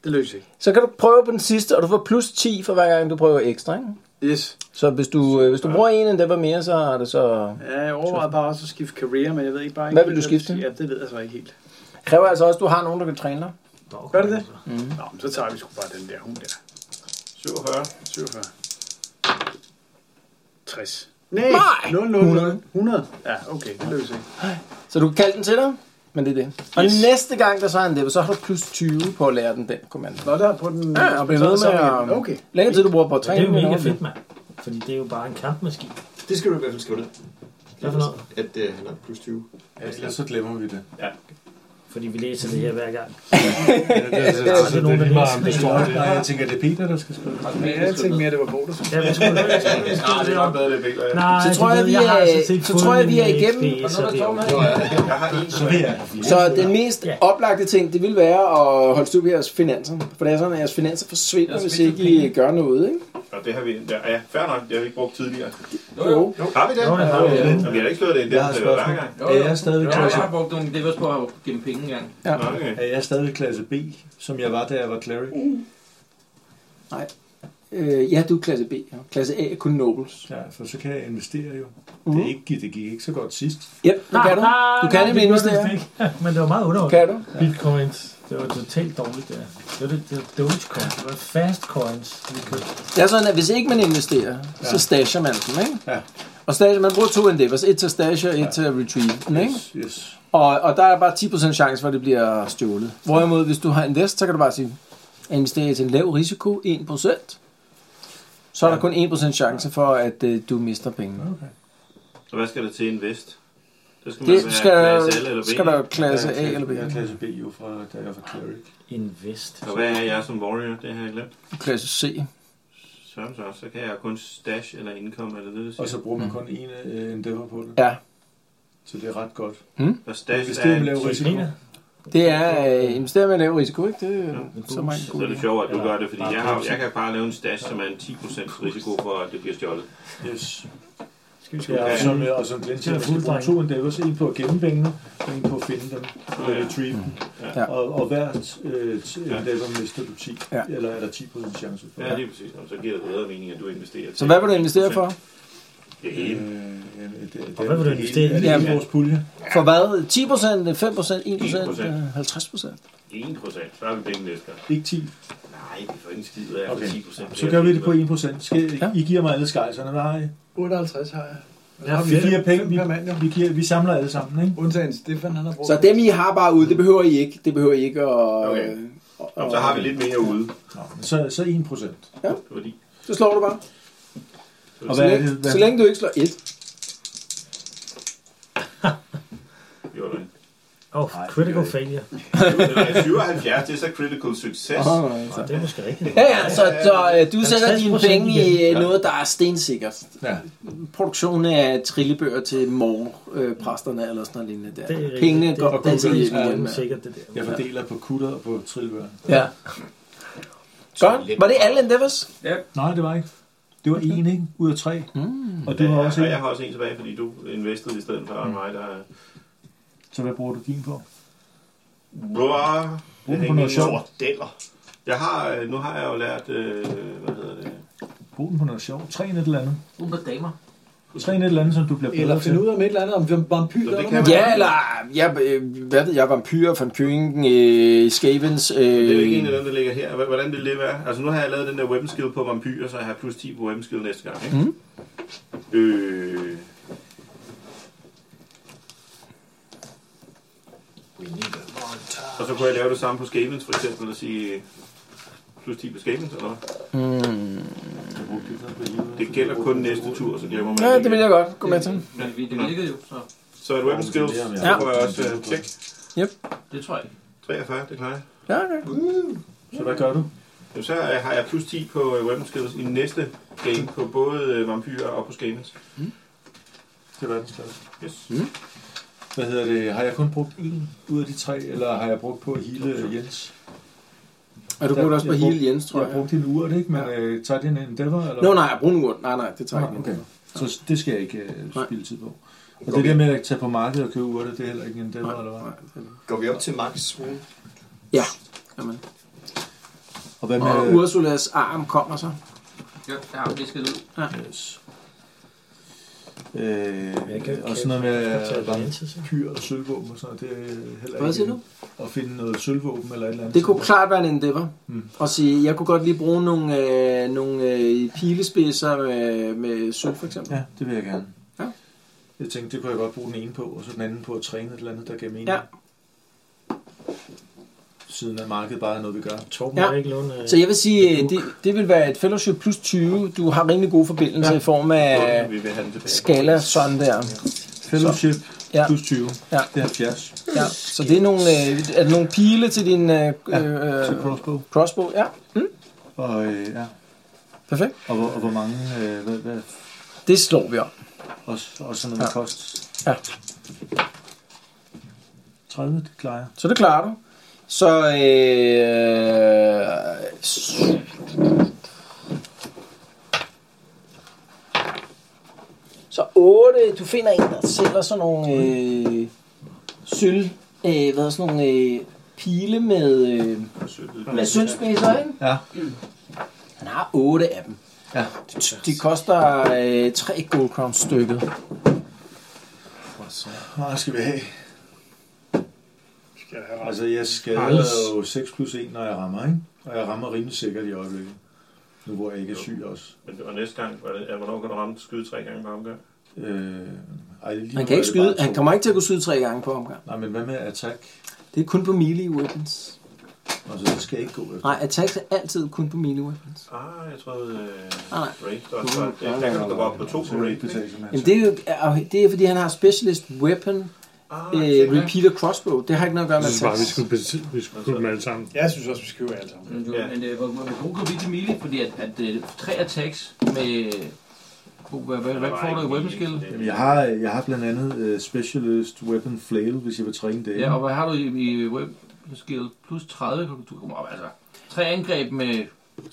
[SPEAKER 5] Det løser ikke.
[SPEAKER 1] Så kan du prøve på den sidste, og du får plus 10 for hver gang, du prøver ekstra, ikke?
[SPEAKER 5] Yes.
[SPEAKER 1] Så hvis du, øh, hvis du bruger en endeavor mere, så er det så...
[SPEAKER 5] Ja, jeg overvejede bare også at skifte career, men jeg ved ikke bare...
[SPEAKER 1] Hvad
[SPEAKER 5] helt,
[SPEAKER 1] vil du skifte?
[SPEAKER 5] Ja, det ved jeg så ikke helt.
[SPEAKER 1] Kræver altså også, at du har nogen, der kan træne dig.
[SPEAKER 5] Gør det
[SPEAKER 4] altså."
[SPEAKER 5] det? Mm. Nå, men så tager vi sgu bare den der hund der.
[SPEAKER 10] 47.
[SPEAKER 5] 47. 60. Nej,
[SPEAKER 1] Nej!
[SPEAKER 5] 0, 0, 0. 100. Ja, okay, det løser ikke.
[SPEAKER 1] Så du kan kalde den til dig, men det er det. Og yes. næste gang, der så er en endeavor, så har du plus 20 på at lære den den kommando.
[SPEAKER 5] Nå, der er på den...
[SPEAKER 1] Ja, og blive ved
[SPEAKER 5] så-
[SPEAKER 1] med
[SPEAKER 5] så-
[SPEAKER 1] at...
[SPEAKER 5] Okay.
[SPEAKER 1] Længere tid, du bruger på at
[SPEAKER 4] Det
[SPEAKER 1] træne.
[SPEAKER 4] er jo
[SPEAKER 1] men
[SPEAKER 4] mega
[SPEAKER 1] også-
[SPEAKER 4] fedt, mand. Fordi det er jo bare en kampmaskine.
[SPEAKER 2] Det skal du i hvert fald skrive ned.
[SPEAKER 4] Hvad for noget?
[SPEAKER 2] At øh, han har plus 20.
[SPEAKER 3] Ellers så glemmer vi det.
[SPEAKER 4] Fordi vi læser det her hver gang.
[SPEAKER 3] Ja, det, er- det,
[SPEAKER 4] Der er aldrig
[SPEAKER 3] det, Altså, det,
[SPEAKER 4] nogen, der
[SPEAKER 3] er lige meget, om det
[SPEAKER 4] læser.
[SPEAKER 3] står der. Nej, jeg tænker, det er Peter, der skal skrive.
[SPEAKER 5] Men jeg tænkte mere, det var Bo, der skulle.
[SPEAKER 4] Ja, vi skulle lave det.
[SPEAKER 10] Nej, det er nok bedre, det er Peter.
[SPEAKER 4] Nej,
[SPEAKER 1] Så
[SPEAKER 4] du
[SPEAKER 1] tror jeg,
[SPEAKER 4] ved,
[SPEAKER 1] vi
[SPEAKER 4] har
[SPEAKER 1] er-
[SPEAKER 4] altså set
[SPEAKER 1] så tror jeg, vi er
[SPEAKER 4] kun en
[SPEAKER 1] igennem.
[SPEAKER 4] XP, så det er okay.
[SPEAKER 10] Jeg har en
[SPEAKER 3] Så vil jeg.
[SPEAKER 1] Så den mest
[SPEAKER 4] Ja.
[SPEAKER 1] oplagte ting, det vil være at holde styr på jeres finanser. For det er sådan, at jeres finanser forsvinder, hvis ikke I gør noget, ikke?
[SPEAKER 10] Og det har vi der. Ja, fair nok. Det har vi ikke brugt tidligere.
[SPEAKER 7] Jo, jo.
[SPEAKER 10] Har vi det?
[SPEAKER 4] Jo, det har vi.
[SPEAKER 10] Ja, vi har ikke slået det ind. Det
[SPEAKER 3] Jeg har
[SPEAKER 10] har
[SPEAKER 3] et
[SPEAKER 10] vi været hver
[SPEAKER 3] spørgsmål.
[SPEAKER 10] gang.
[SPEAKER 7] Jo,
[SPEAKER 3] Er
[SPEAKER 7] jo.
[SPEAKER 3] jeg stadig
[SPEAKER 7] Jo,
[SPEAKER 3] klasse,
[SPEAKER 7] jeg har brugt nogle det var på at gemme penge engang.
[SPEAKER 1] Ja.
[SPEAKER 10] Nå, Okay.
[SPEAKER 3] er jeg stadig klasse B, som jeg var, da jeg var cleric?
[SPEAKER 1] Øh, ja, du er klasse B. Ja. Klasse A er kun nobles.
[SPEAKER 3] Ja, for så kan jeg investere jo. Det, er ikke, det gik ikke så godt sidst.
[SPEAKER 1] Ja, det kan du. Du kan nemlig investere.
[SPEAKER 4] Men det var meget underholdende.
[SPEAKER 1] Kan du?
[SPEAKER 4] Bitcoins. Det var totalt dårligt, det her. Det var det, det var Dogecoin. Det var fast coins, vi købte.
[SPEAKER 1] Det er sådan, at hvis ikke man investerer, ja. så stasher man dem, ikke?
[SPEAKER 3] Ja.
[SPEAKER 1] Og stasher, man bruger to endeavors. Et til at stashe, og et til at retrieve den, ikke?
[SPEAKER 3] Yes, yes.
[SPEAKER 1] Og, og der er bare 10% chance for, at det bliver stjålet. Hvorimod, hvis du har invest, så kan du bare sige, at investere til en lav risiko, 1%. Så er der kun 1% chance for, at øh, du mister penge.
[SPEAKER 10] Mm. Så hvad skal der til invest? Så skal man
[SPEAKER 1] Det
[SPEAKER 10] være
[SPEAKER 1] skal,
[SPEAKER 10] klasse L eller B.
[SPEAKER 1] skal der klasse A eller B.
[SPEAKER 3] Jeg er klasse altså, B jo, fra, da jeg var cleric.
[SPEAKER 4] Invest.
[SPEAKER 10] Og hvad er jeg som warrior? Det har jeg glemt.
[SPEAKER 1] Klasse C.
[SPEAKER 10] Sådan så, så kan jeg kun stash eller income, eller det, det
[SPEAKER 3] Og
[SPEAKER 10] siger.
[SPEAKER 3] så bruger man kun en øh, endeavor på det.
[SPEAKER 1] Ja.
[SPEAKER 3] Så det er ret godt.
[SPEAKER 10] Og
[SPEAKER 3] Hvis
[SPEAKER 10] stash
[SPEAKER 3] det
[SPEAKER 10] er
[SPEAKER 3] er
[SPEAKER 10] en
[SPEAKER 3] med lav risiko.
[SPEAKER 4] Mener?
[SPEAKER 1] Det er øh, investere med lav risiko, ikke? Det er så mange
[SPEAKER 10] Så er
[SPEAKER 1] gode.
[SPEAKER 10] det sjovt, at du
[SPEAKER 4] Eller
[SPEAKER 10] gør det, fordi
[SPEAKER 4] bare
[SPEAKER 10] jeg, har,
[SPEAKER 4] 10%.
[SPEAKER 10] jeg kan bare lave en stash, som er en 10% risiko for, at det bliver stjålet.
[SPEAKER 3] Yes.
[SPEAKER 4] Skal vi
[SPEAKER 3] Ja, og
[SPEAKER 10] Okay.
[SPEAKER 3] som, og som Glenn siger, hvis du bruger to endeavors, en på at gemme pengene, og en på at finde dem, og
[SPEAKER 10] Ja.
[SPEAKER 3] retrieve dem.
[SPEAKER 1] Ja.
[SPEAKER 3] Og, og hvert øh, t- endeavor mister du 10,
[SPEAKER 1] Ja.
[SPEAKER 3] eller er der 10% chance for.
[SPEAKER 10] Ja, lige præcis. Og så giver det bedre mening, at du investerer. til
[SPEAKER 1] Så hvad vil du investere for?
[SPEAKER 10] Det
[SPEAKER 3] Øh,
[SPEAKER 10] hele.
[SPEAKER 3] ja, det- det-
[SPEAKER 4] Og hvad vil du
[SPEAKER 3] det-
[SPEAKER 4] investere i?
[SPEAKER 3] Er det
[SPEAKER 1] Jamen.
[SPEAKER 3] hele vores pulje?
[SPEAKER 1] For hvad? 10%, 5%, 1%,
[SPEAKER 10] 1%.
[SPEAKER 1] øh, 50%?
[SPEAKER 10] 1%, så har vi penge næste gang.
[SPEAKER 3] Ikke 10.
[SPEAKER 10] Nej, vi får ingen skid af
[SPEAKER 3] Okay.
[SPEAKER 10] okay. 10%.
[SPEAKER 3] Så gør vi det på 1%. Skal,
[SPEAKER 1] Ja.
[SPEAKER 3] I giver mig alle skejserne, hvad har I?
[SPEAKER 5] 58 har jeg.
[SPEAKER 4] Jeg har
[SPEAKER 3] Vi
[SPEAKER 4] fire.
[SPEAKER 3] giver penge, vi,
[SPEAKER 5] per mand, jo.
[SPEAKER 3] vi, giver, vi samler alle sammen, ikke?
[SPEAKER 5] Undtagen Stefan, han har brugt...
[SPEAKER 1] Så dem, I har bare ude, det behøver I ikke. Det behøver I ikke at...
[SPEAKER 10] Okay.
[SPEAKER 1] øh,
[SPEAKER 10] Nå, så har vi lidt mere ude.
[SPEAKER 3] Nå, men så, så 1%.
[SPEAKER 10] Fordi
[SPEAKER 1] Så slår du bare.
[SPEAKER 3] Og
[SPEAKER 1] Så
[SPEAKER 3] hvad er det?
[SPEAKER 1] længe, så
[SPEAKER 3] Hvad?
[SPEAKER 1] længe du ikke slår 1.
[SPEAKER 10] vi var derinde.
[SPEAKER 4] Åh, oh, critical failure.
[SPEAKER 10] Eller 77, det er så critical success.
[SPEAKER 1] Åh, nej, så-
[SPEAKER 4] Nå, det er måske rigtigt.
[SPEAKER 1] Ja, ja, så, så øh, du sætter dine
[SPEAKER 4] 50%
[SPEAKER 1] penge i
[SPEAKER 4] igen.
[SPEAKER 1] øh, noget, der er stensikkert.
[SPEAKER 3] Ja.
[SPEAKER 1] Produktion af trillebøger til morpræsterne eller sådan noget lignende der.
[SPEAKER 4] Det er
[SPEAKER 1] Pengene
[SPEAKER 4] rigtigt.
[SPEAKER 1] går
[SPEAKER 4] Det-
[SPEAKER 1] det,
[SPEAKER 4] det-
[SPEAKER 1] til
[SPEAKER 4] det-
[SPEAKER 1] det,
[SPEAKER 4] det-
[SPEAKER 1] det,
[SPEAKER 4] sikkert det der.
[SPEAKER 3] Jeg fordeler på kutter og på trillebøren.
[SPEAKER 1] Ja. Godt. Var det alle endeavors?
[SPEAKER 3] Nej, det var ikke. Det var en, ikke? Ud af tre.
[SPEAKER 1] Mm.
[SPEAKER 3] Og du har også
[SPEAKER 10] og jeg
[SPEAKER 3] en.
[SPEAKER 10] har også en tilbage, fordi du investede i stedet for mm. mig, der er...
[SPEAKER 3] Så hvad bruger du din på?
[SPEAKER 10] Bra,
[SPEAKER 3] Brug den på noget sjovt.
[SPEAKER 10] Bordeller. Jeg har, øh, nu har jeg jo lært, øh, hvad hedder det?
[SPEAKER 3] Brug den på noget sjovt. Træn et eller andet.
[SPEAKER 7] Hun på damer.
[SPEAKER 3] Træn et eller andet, som du bliver bedre
[SPEAKER 5] Eller
[SPEAKER 3] til.
[SPEAKER 5] finde ud af et eller andet om vampyrer.
[SPEAKER 10] Så det
[SPEAKER 5] eller
[SPEAKER 10] kan
[SPEAKER 5] noget.
[SPEAKER 10] man-
[SPEAKER 1] Ja, eller ja, øh, hvad ved jeg, vampyrer, van Køringen, øh, Skavens. Øh,
[SPEAKER 10] Det er jo ikke en af dem, der ligger her. Hva- Hvordan vil det være? Altså nu har jeg lavet den der weapon skill på vampyrer, så jeg har plus 10 på weapon skill næste gang. Ikke?
[SPEAKER 1] Mm.
[SPEAKER 10] Øh, og så kunne jeg lave det samme på skavens, for eksempel, og sige plus 10 på skavens, eller hvad?
[SPEAKER 1] Mm.
[SPEAKER 10] Det gælder kun næste tur, så glemmer man
[SPEAKER 1] Ja, det vil
[SPEAKER 10] igen.
[SPEAKER 1] jeg godt gå med til.
[SPEAKER 7] Men vi- det virkede jo, så
[SPEAKER 10] Så et weapon skills,
[SPEAKER 6] Ja.
[SPEAKER 10] så får jeg også øh, tjek.
[SPEAKER 7] det tror jeg ikke.
[SPEAKER 10] 43, det klarer jeg.
[SPEAKER 1] Ja, okay.
[SPEAKER 3] Så hvad gør du?
[SPEAKER 10] Jamen, så øh, har jeg plus 10 på øh, weapon skills i næste game på både øh, vampyrer og på skavens.
[SPEAKER 3] Det er verdensklasse.
[SPEAKER 10] Yes.
[SPEAKER 3] Hvad hedder det? Har jeg kun brugt en ud af de tre, eller har jeg brugt på at hele Jens?
[SPEAKER 1] Og du bruger også på
[SPEAKER 3] Jeg brug-
[SPEAKER 1] hele Jens, tror
[SPEAKER 3] Jeg har
[SPEAKER 1] jeg.
[SPEAKER 3] brugt en urt, ikke? Men øh, tager det en endeavor? Eller?
[SPEAKER 1] Nå, nej, brun urt. Nej, nej, det tager
[SPEAKER 10] Ah,
[SPEAKER 1] jeg
[SPEAKER 3] Nå,
[SPEAKER 1] ikke.
[SPEAKER 3] okay. Så det skal jeg ikke øh,
[SPEAKER 1] Nej.
[SPEAKER 3] spille tid på. Og det der med at tage på markedet og købe urter, det er heller ikke en endeavor,
[SPEAKER 1] Nej,
[SPEAKER 3] eller hvad?
[SPEAKER 1] nej, det er det.
[SPEAKER 2] Går vi op til max? Mm.
[SPEAKER 1] Ja, jamen.
[SPEAKER 3] Og hvad
[SPEAKER 1] Og
[SPEAKER 3] med...
[SPEAKER 1] Ursulas arm kommer så.
[SPEAKER 7] Ja, jeg har visket ud.
[SPEAKER 3] Yes. Øh,
[SPEAKER 4] Jeg kan-
[SPEAKER 3] og sådan noget med
[SPEAKER 4] kan- kan-
[SPEAKER 3] at
[SPEAKER 4] kan- kan-
[SPEAKER 3] ramme pyr og sølvvåben og sådan noget, det er heller øh,
[SPEAKER 1] Hvad siger du?
[SPEAKER 3] At finde noget sølvvåben eller et eller andet.
[SPEAKER 1] Det kunne klart være en endeavor.
[SPEAKER 3] Mm.
[SPEAKER 1] Mm. Og sige, jeg kunne godt lige bruge nogle, øh, nogle øh, pilespidser med, med sølv for eksempel.
[SPEAKER 3] Ja, det vil jeg gerne.
[SPEAKER 1] Ja.
[SPEAKER 3] Jeg tænkte, det kunne jeg godt bruge den ene på, og så den anden på at træne et eller andet, der gav mening.
[SPEAKER 1] Ja.
[SPEAKER 3] Siden at markedet bare er noget, vi gør.
[SPEAKER 4] Torben
[SPEAKER 1] Ja.
[SPEAKER 4] ja. ikke låne... øh,
[SPEAKER 1] Så jeg vil sige, øh, det, det vil være et fellowship plus 20. Du har rimelig gode forbindelser ja. i form af
[SPEAKER 10] Vi vil have den tilbage.
[SPEAKER 1] skala sådan der.
[SPEAKER 3] Fellowship
[SPEAKER 1] Ja.
[SPEAKER 3] plus 20.
[SPEAKER 1] Ja.
[SPEAKER 3] Det er 70.
[SPEAKER 1] Ja. Så det er nogle, øh, er det nogle pile til din øh,
[SPEAKER 3] Til
[SPEAKER 1] øh,
[SPEAKER 3] crossbow.
[SPEAKER 1] crossbow. Ja,
[SPEAKER 3] Og, øh, ja.
[SPEAKER 1] perfekt.
[SPEAKER 3] og, hvor, og hvor mange... Øh, hvad, hvad,
[SPEAKER 1] Det slår vi om.
[SPEAKER 3] og, og sådan noget med
[SPEAKER 1] Ja.
[SPEAKER 3] kost.
[SPEAKER 1] Ja.
[SPEAKER 3] 30, det klarer jeg.
[SPEAKER 1] Så det klarer du. Så øh, s- Så 8, du finder en, der sælger sådan nogle øh, sølv, øh, hvad er sådan nogle øh, pile med, øh, med sølvspidser, ikke?
[SPEAKER 3] Ja.
[SPEAKER 1] Han har 8 af dem.
[SPEAKER 3] Ja.
[SPEAKER 1] De, de koster øh, 3 gold crowns stykket.
[SPEAKER 3] Hvor meget skal vi have?
[SPEAKER 5] Skal jeg have ret?
[SPEAKER 3] Altså, jeg skader jo 6 plus 1, når jeg rammer, ikke? Og jeg rammer rimelig sikkert i øjeblikket. Nu hvor jeg ikke er syg også.
[SPEAKER 10] Men det var næste gang, var det, ja, hvornår kan du ramme skyde tre gange på omgang?
[SPEAKER 3] Øh, ej, lige nu
[SPEAKER 1] Han
[SPEAKER 3] er
[SPEAKER 1] kan ikke
[SPEAKER 3] det bare
[SPEAKER 1] skyde,
[SPEAKER 3] to.
[SPEAKER 1] han kommer ikke til at kunne skyde 3 gange på omgang.
[SPEAKER 3] Nej, men hvad med attack?
[SPEAKER 1] Det er kun på melee weapons.
[SPEAKER 3] Altså, så skal jeg ikke gå efter.
[SPEAKER 1] Nej, attacks er altid kun på melee weapons.
[SPEAKER 10] Ah, jeg troede... Øh,
[SPEAKER 1] Nej, nej.
[SPEAKER 10] Raid, der, der, der, der kan du da gå op på to på
[SPEAKER 3] Så kan jeg
[SPEAKER 10] raid.
[SPEAKER 3] ikke betale som
[SPEAKER 1] Jamen, det, er jo, er- det er fordi, han har specialist weapon,
[SPEAKER 10] Ah,
[SPEAKER 1] øh, repeater crossbow. Det har ikke noget at gøre
[SPEAKER 8] Jeg
[SPEAKER 1] med
[SPEAKER 8] synes bare, vi
[SPEAKER 1] attacks.
[SPEAKER 8] skulle, bes- vi skulle kunne dem alle sammen.
[SPEAKER 5] Jeg synes også, vi skal købe alt sammen.
[SPEAKER 7] Men, du,
[SPEAKER 10] Ja.
[SPEAKER 7] ja. men øh, hvor, hvor, hvor god går vi til melee? Fordi at, at øh, tre attacks med... Uh, hvad, hvad, hvad får du i weapon skill?
[SPEAKER 3] Jamen, jeg har, jeg har blandt andet øh, Specialist Weapon Flail, hvis jeg vil træne det.
[SPEAKER 7] Ja, og hvad har du i, i weapon skill? Plus 30, kan du kommer op, altså. Tre angreb med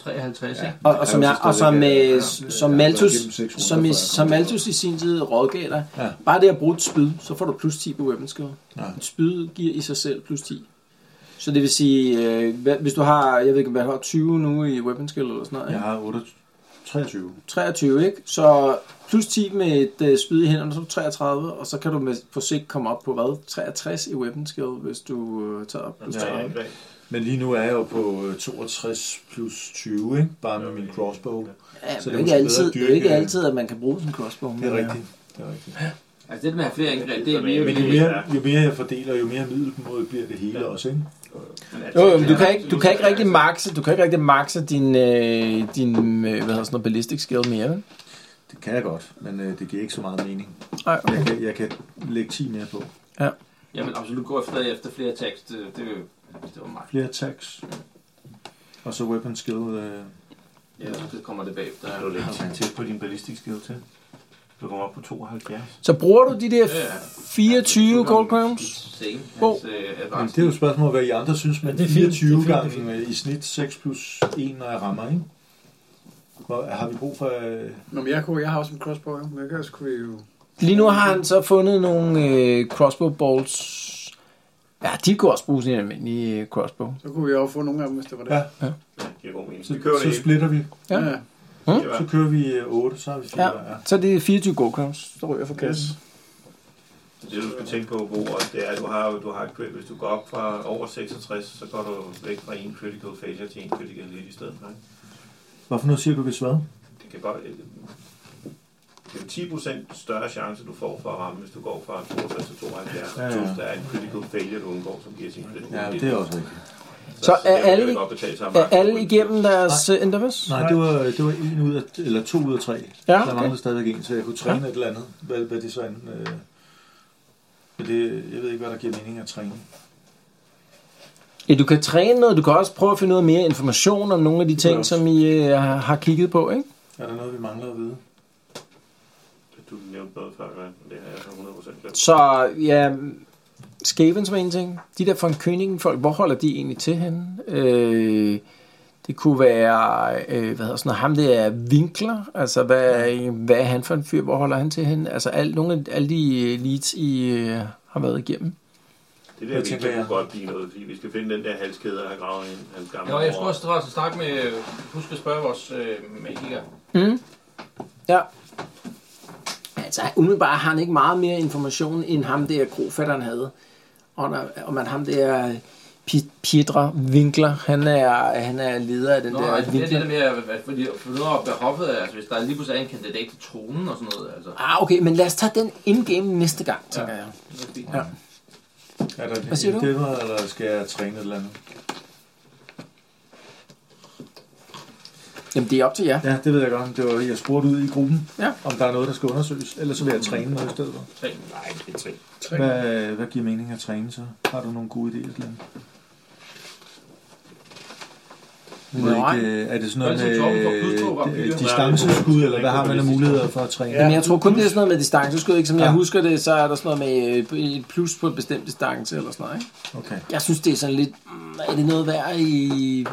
[SPEAKER 7] 53, ja. ikke?
[SPEAKER 1] Og, og, som, jeg, og som, øh, som Malthus, som, i, som
[SPEAKER 3] Maltus.
[SPEAKER 1] Malthus i sin tid rådgav dig,
[SPEAKER 3] Ja.
[SPEAKER 1] bare det at bruge et spyd, så får du plus 10 på weapon skill.
[SPEAKER 3] Ja.
[SPEAKER 1] Et spyd giver i sig selv plus 10. Så det vil sige, øh, hvad- hvis du har, jeg ved ikke, hvad du har, 20 nu i weapon skill eller sådan noget,
[SPEAKER 3] Jeg
[SPEAKER 1] ja.
[SPEAKER 3] har 8, 23.
[SPEAKER 1] 23, ikke? Så plus 10 med et øh, spyd i hænderne, så er du 33, og så kan du med, på sigt komme op på hvad? 63 i weapon skill, hvis du øh, tager op plus
[SPEAKER 3] Ja.
[SPEAKER 1] 30.
[SPEAKER 3] Men lige nu er jeg jo på øh, 62 plus 20, ikke? bare med min crossbow.
[SPEAKER 1] Ja,
[SPEAKER 3] Så
[SPEAKER 1] så
[SPEAKER 3] det
[SPEAKER 1] det
[SPEAKER 3] er
[SPEAKER 1] er ikke altid,
[SPEAKER 3] måske bedre at
[SPEAKER 1] det er jo ikke
[SPEAKER 3] dyrke-
[SPEAKER 1] altid, at man kan bruge sin crossbow.
[SPEAKER 3] Det er
[SPEAKER 1] men, øh,
[SPEAKER 3] rigtigt. Det er rigtigt.
[SPEAKER 7] Altså det med at have flere angreb, det er mere...
[SPEAKER 3] Men jo mere, jo mere jeg fordeler, jo mere middelmåde bliver det hele også, ikke?
[SPEAKER 1] Jo, jo, men du kan ikke, du kan ikke rigtig maxe, du kan ikke rigtig maxe din, øh, din øh, hvad hedder sådan noget, ballistic skill mere, vel?
[SPEAKER 3] Det kan jeg godt, men øh, det giver ikke så meget mening.
[SPEAKER 1] Nej,
[SPEAKER 3] Jeg
[SPEAKER 1] okay.
[SPEAKER 3] kan, jeg kan lægge 10 mere på.
[SPEAKER 1] Ja.
[SPEAKER 7] Jamen absolut gå efter, efter flere attacks. Det, det, det var mig.
[SPEAKER 3] Flere attacks. Og så weapon skill. Øh.
[SPEAKER 7] Ja, det kommer det bagefter.
[SPEAKER 10] Du er lidt tæt på din ballistic skill til. Du kommer op på 72.
[SPEAKER 1] Så bruger du de der 24 gold crowns?
[SPEAKER 7] Same. øh,
[SPEAKER 1] Bo.
[SPEAKER 3] Men det er jo et spørgsmål, hvad I andre synes, men det er 24 gange øh, i snit 6 plus 1, når jeg rammer, ikke? Hvor, har vi brug for... Øh,
[SPEAKER 5] Nå, men jeg, kunne, jeg har også en crossbow, jo. men ellers kunne vi jo...
[SPEAKER 1] Lige nu har han så fundet nogle øh, crossbow bolts. Ja, de kunne også bruges i en almindelig øh, crossbow.
[SPEAKER 5] Så kunne vi jo få nogle af dem, hvis det var det.
[SPEAKER 3] Ja.
[SPEAKER 1] Ja.
[SPEAKER 3] så,
[SPEAKER 10] Vi kører det
[SPEAKER 3] så splitter vi.
[SPEAKER 1] Ja.
[SPEAKER 3] Hmm? Så kører vi 8, så har vi 4.
[SPEAKER 1] Ja, så det er 24 gold crowns, der ryger for kassen.
[SPEAKER 10] Det du skal tænke på, Bo, også, det er, at du har, jo- du har et crit. Hvis du går op fra over 66, så går du væk fra en critical failure til en critical hit i stedet. Nej?
[SPEAKER 3] Hvorfor noget siger du, hvis hvad?
[SPEAKER 10] Det kan godt... Det er jo 10% større chance, du får for at ramme, hvis du går fra 62 til 72.
[SPEAKER 3] Ja,
[SPEAKER 10] Ja,
[SPEAKER 3] ja.
[SPEAKER 10] ja. Der er en critical failure, du undgår, som giver sin critical
[SPEAKER 3] Ja,
[SPEAKER 10] hit.
[SPEAKER 3] det er også rigtigt.
[SPEAKER 1] Så er
[SPEAKER 10] derfor kan
[SPEAKER 1] alle-
[SPEAKER 10] det godt betale sig at
[SPEAKER 1] Er
[SPEAKER 10] markere.
[SPEAKER 1] alle igennem deres øh, endeavors?
[SPEAKER 3] Nej, det var, det var en ud af, eller to ud af tre.
[SPEAKER 1] Ja,
[SPEAKER 3] Der
[SPEAKER 1] okay.
[SPEAKER 3] manglede stadigvæk en, så jeg kunne træne et eller andet. Hvad, hvad det så end, øh, men det, jeg ved ikke, hvad der giver mening at træne.
[SPEAKER 1] Ja, du kan træne noget, du kan også prøve at finde noget mere information om nogle af de
[SPEAKER 3] Det kan jeg
[SPEAKER 1] ting,
[SPEAKER 3] også.
[SPEAKER 1] som I øh, har- har kigget på, ikke?
[SPEAKER 3] Er der noget, vi mangler at vide?
[SPEAKER 10] Du nævnte noget før, men det altså har jeg så 100% glemt.
[SPEAKER 1] Så ja, Skavens var en ting. De der von Königen folk, hvor holder de egentlig til henne? Øh, det kunne være, øh, hvad hedder sådan noget, ham der er vinkler, altså hvad, hvad er han for en fyr, hvor holder han til henne? Altså alt, nogle af alle de øh, leads, I øh, har været igennem.
[SPEAKER 10] Det
[SPEAKER 3] Hvad
[SPEAKER 10] der
[SPEAKER 3] tænker
[SPEAKER 10] vinkel
[SPEAKER 3] jeg?
[SPEAKER 10] kunne godt blive noget, fordi vi skal finde den der halskæde, der har gravet ind. Hans gamle
[SPEAKER 7] Ja, og jeg skulle
[SPEAKER 10] mor.
[SPEAKER 7] også det var altså snakke med, husk at spørge vores øh, magiker.
[SPEAKER 1] Mm. Ja. Altså, umiddelbart har han ikke meget mere information, end ham der krofatteren havde. Og, der, og man, ham der Pi- Pietra Winkler, han er, han er leder af den
[SPEAKER 7] Nå,
[SPEAKER 1] der
[SPEAKER 7] altså, det er
[SPEAKER 1] Winkler.
[SPEAKER 7] det der med at at få lige- at få noget op, hvad hoffet er. Altså, hvis der lige pludselig er en kandidat til tronen og sådan noget, altså.
[SPEAKER 1] Ah, okay, men lad os tage den indgame næste gang, tænker jeg.
[SPEAKER 7] Det er fint.
[SPEAKER 1] Ja.
[SPEAKER 3] Er der
[SPEAKER 1] Hvad siger du?
[SPEAKER 3] Det var, eller skal jeg træne et eller andet?
[SPEAKER 1] Jamen, det er op til jer.
[SPEAKER 3] Ja, det ved jeg godt. Det var, jeg spurgte ud i gruppen,
[SPEAKER 1] Ja.
[SPEAKER 3] om der er noget, der skal undersøges. Ellers så vil jeg træne noget i stedet for.
[SPEAKER 7] Tre.
[SPEAKER 2] Nej, det er tre.
[SPEAKER 3] Hvad, hvad giver mening at træne så? Har du nogle gode idéer til det? Jeg ved
[SPEAKER 1] Nej.
[SPEAKER 3] ikke, øh, er det sådan noget
[SPEAKER 7] Hvad er det, som Torben får
[SPEAKER 3] med
[SPEAKER 7] pludselig var
[SPEAKER 3] øh,
[SPEAKER 7] piger?
[SPEAKER 3] distanceskud, eller hvad har man af muligheder for at træne?
[SPEAKER 1] Men jeg tror kun, det er sådan noget med distanceskud, ikke? Som jeg
[SPEAKER 3] Ja.
[SPEAKER 1] husker det, så er der sådan noget med øh, et plus på en bestemt distance eller sådan noget, ikke?
[SPEAKER 3] Okay.
[SPEAKER 1] Jeg synes, det er sådan lidt... mm, Er det noget værd i...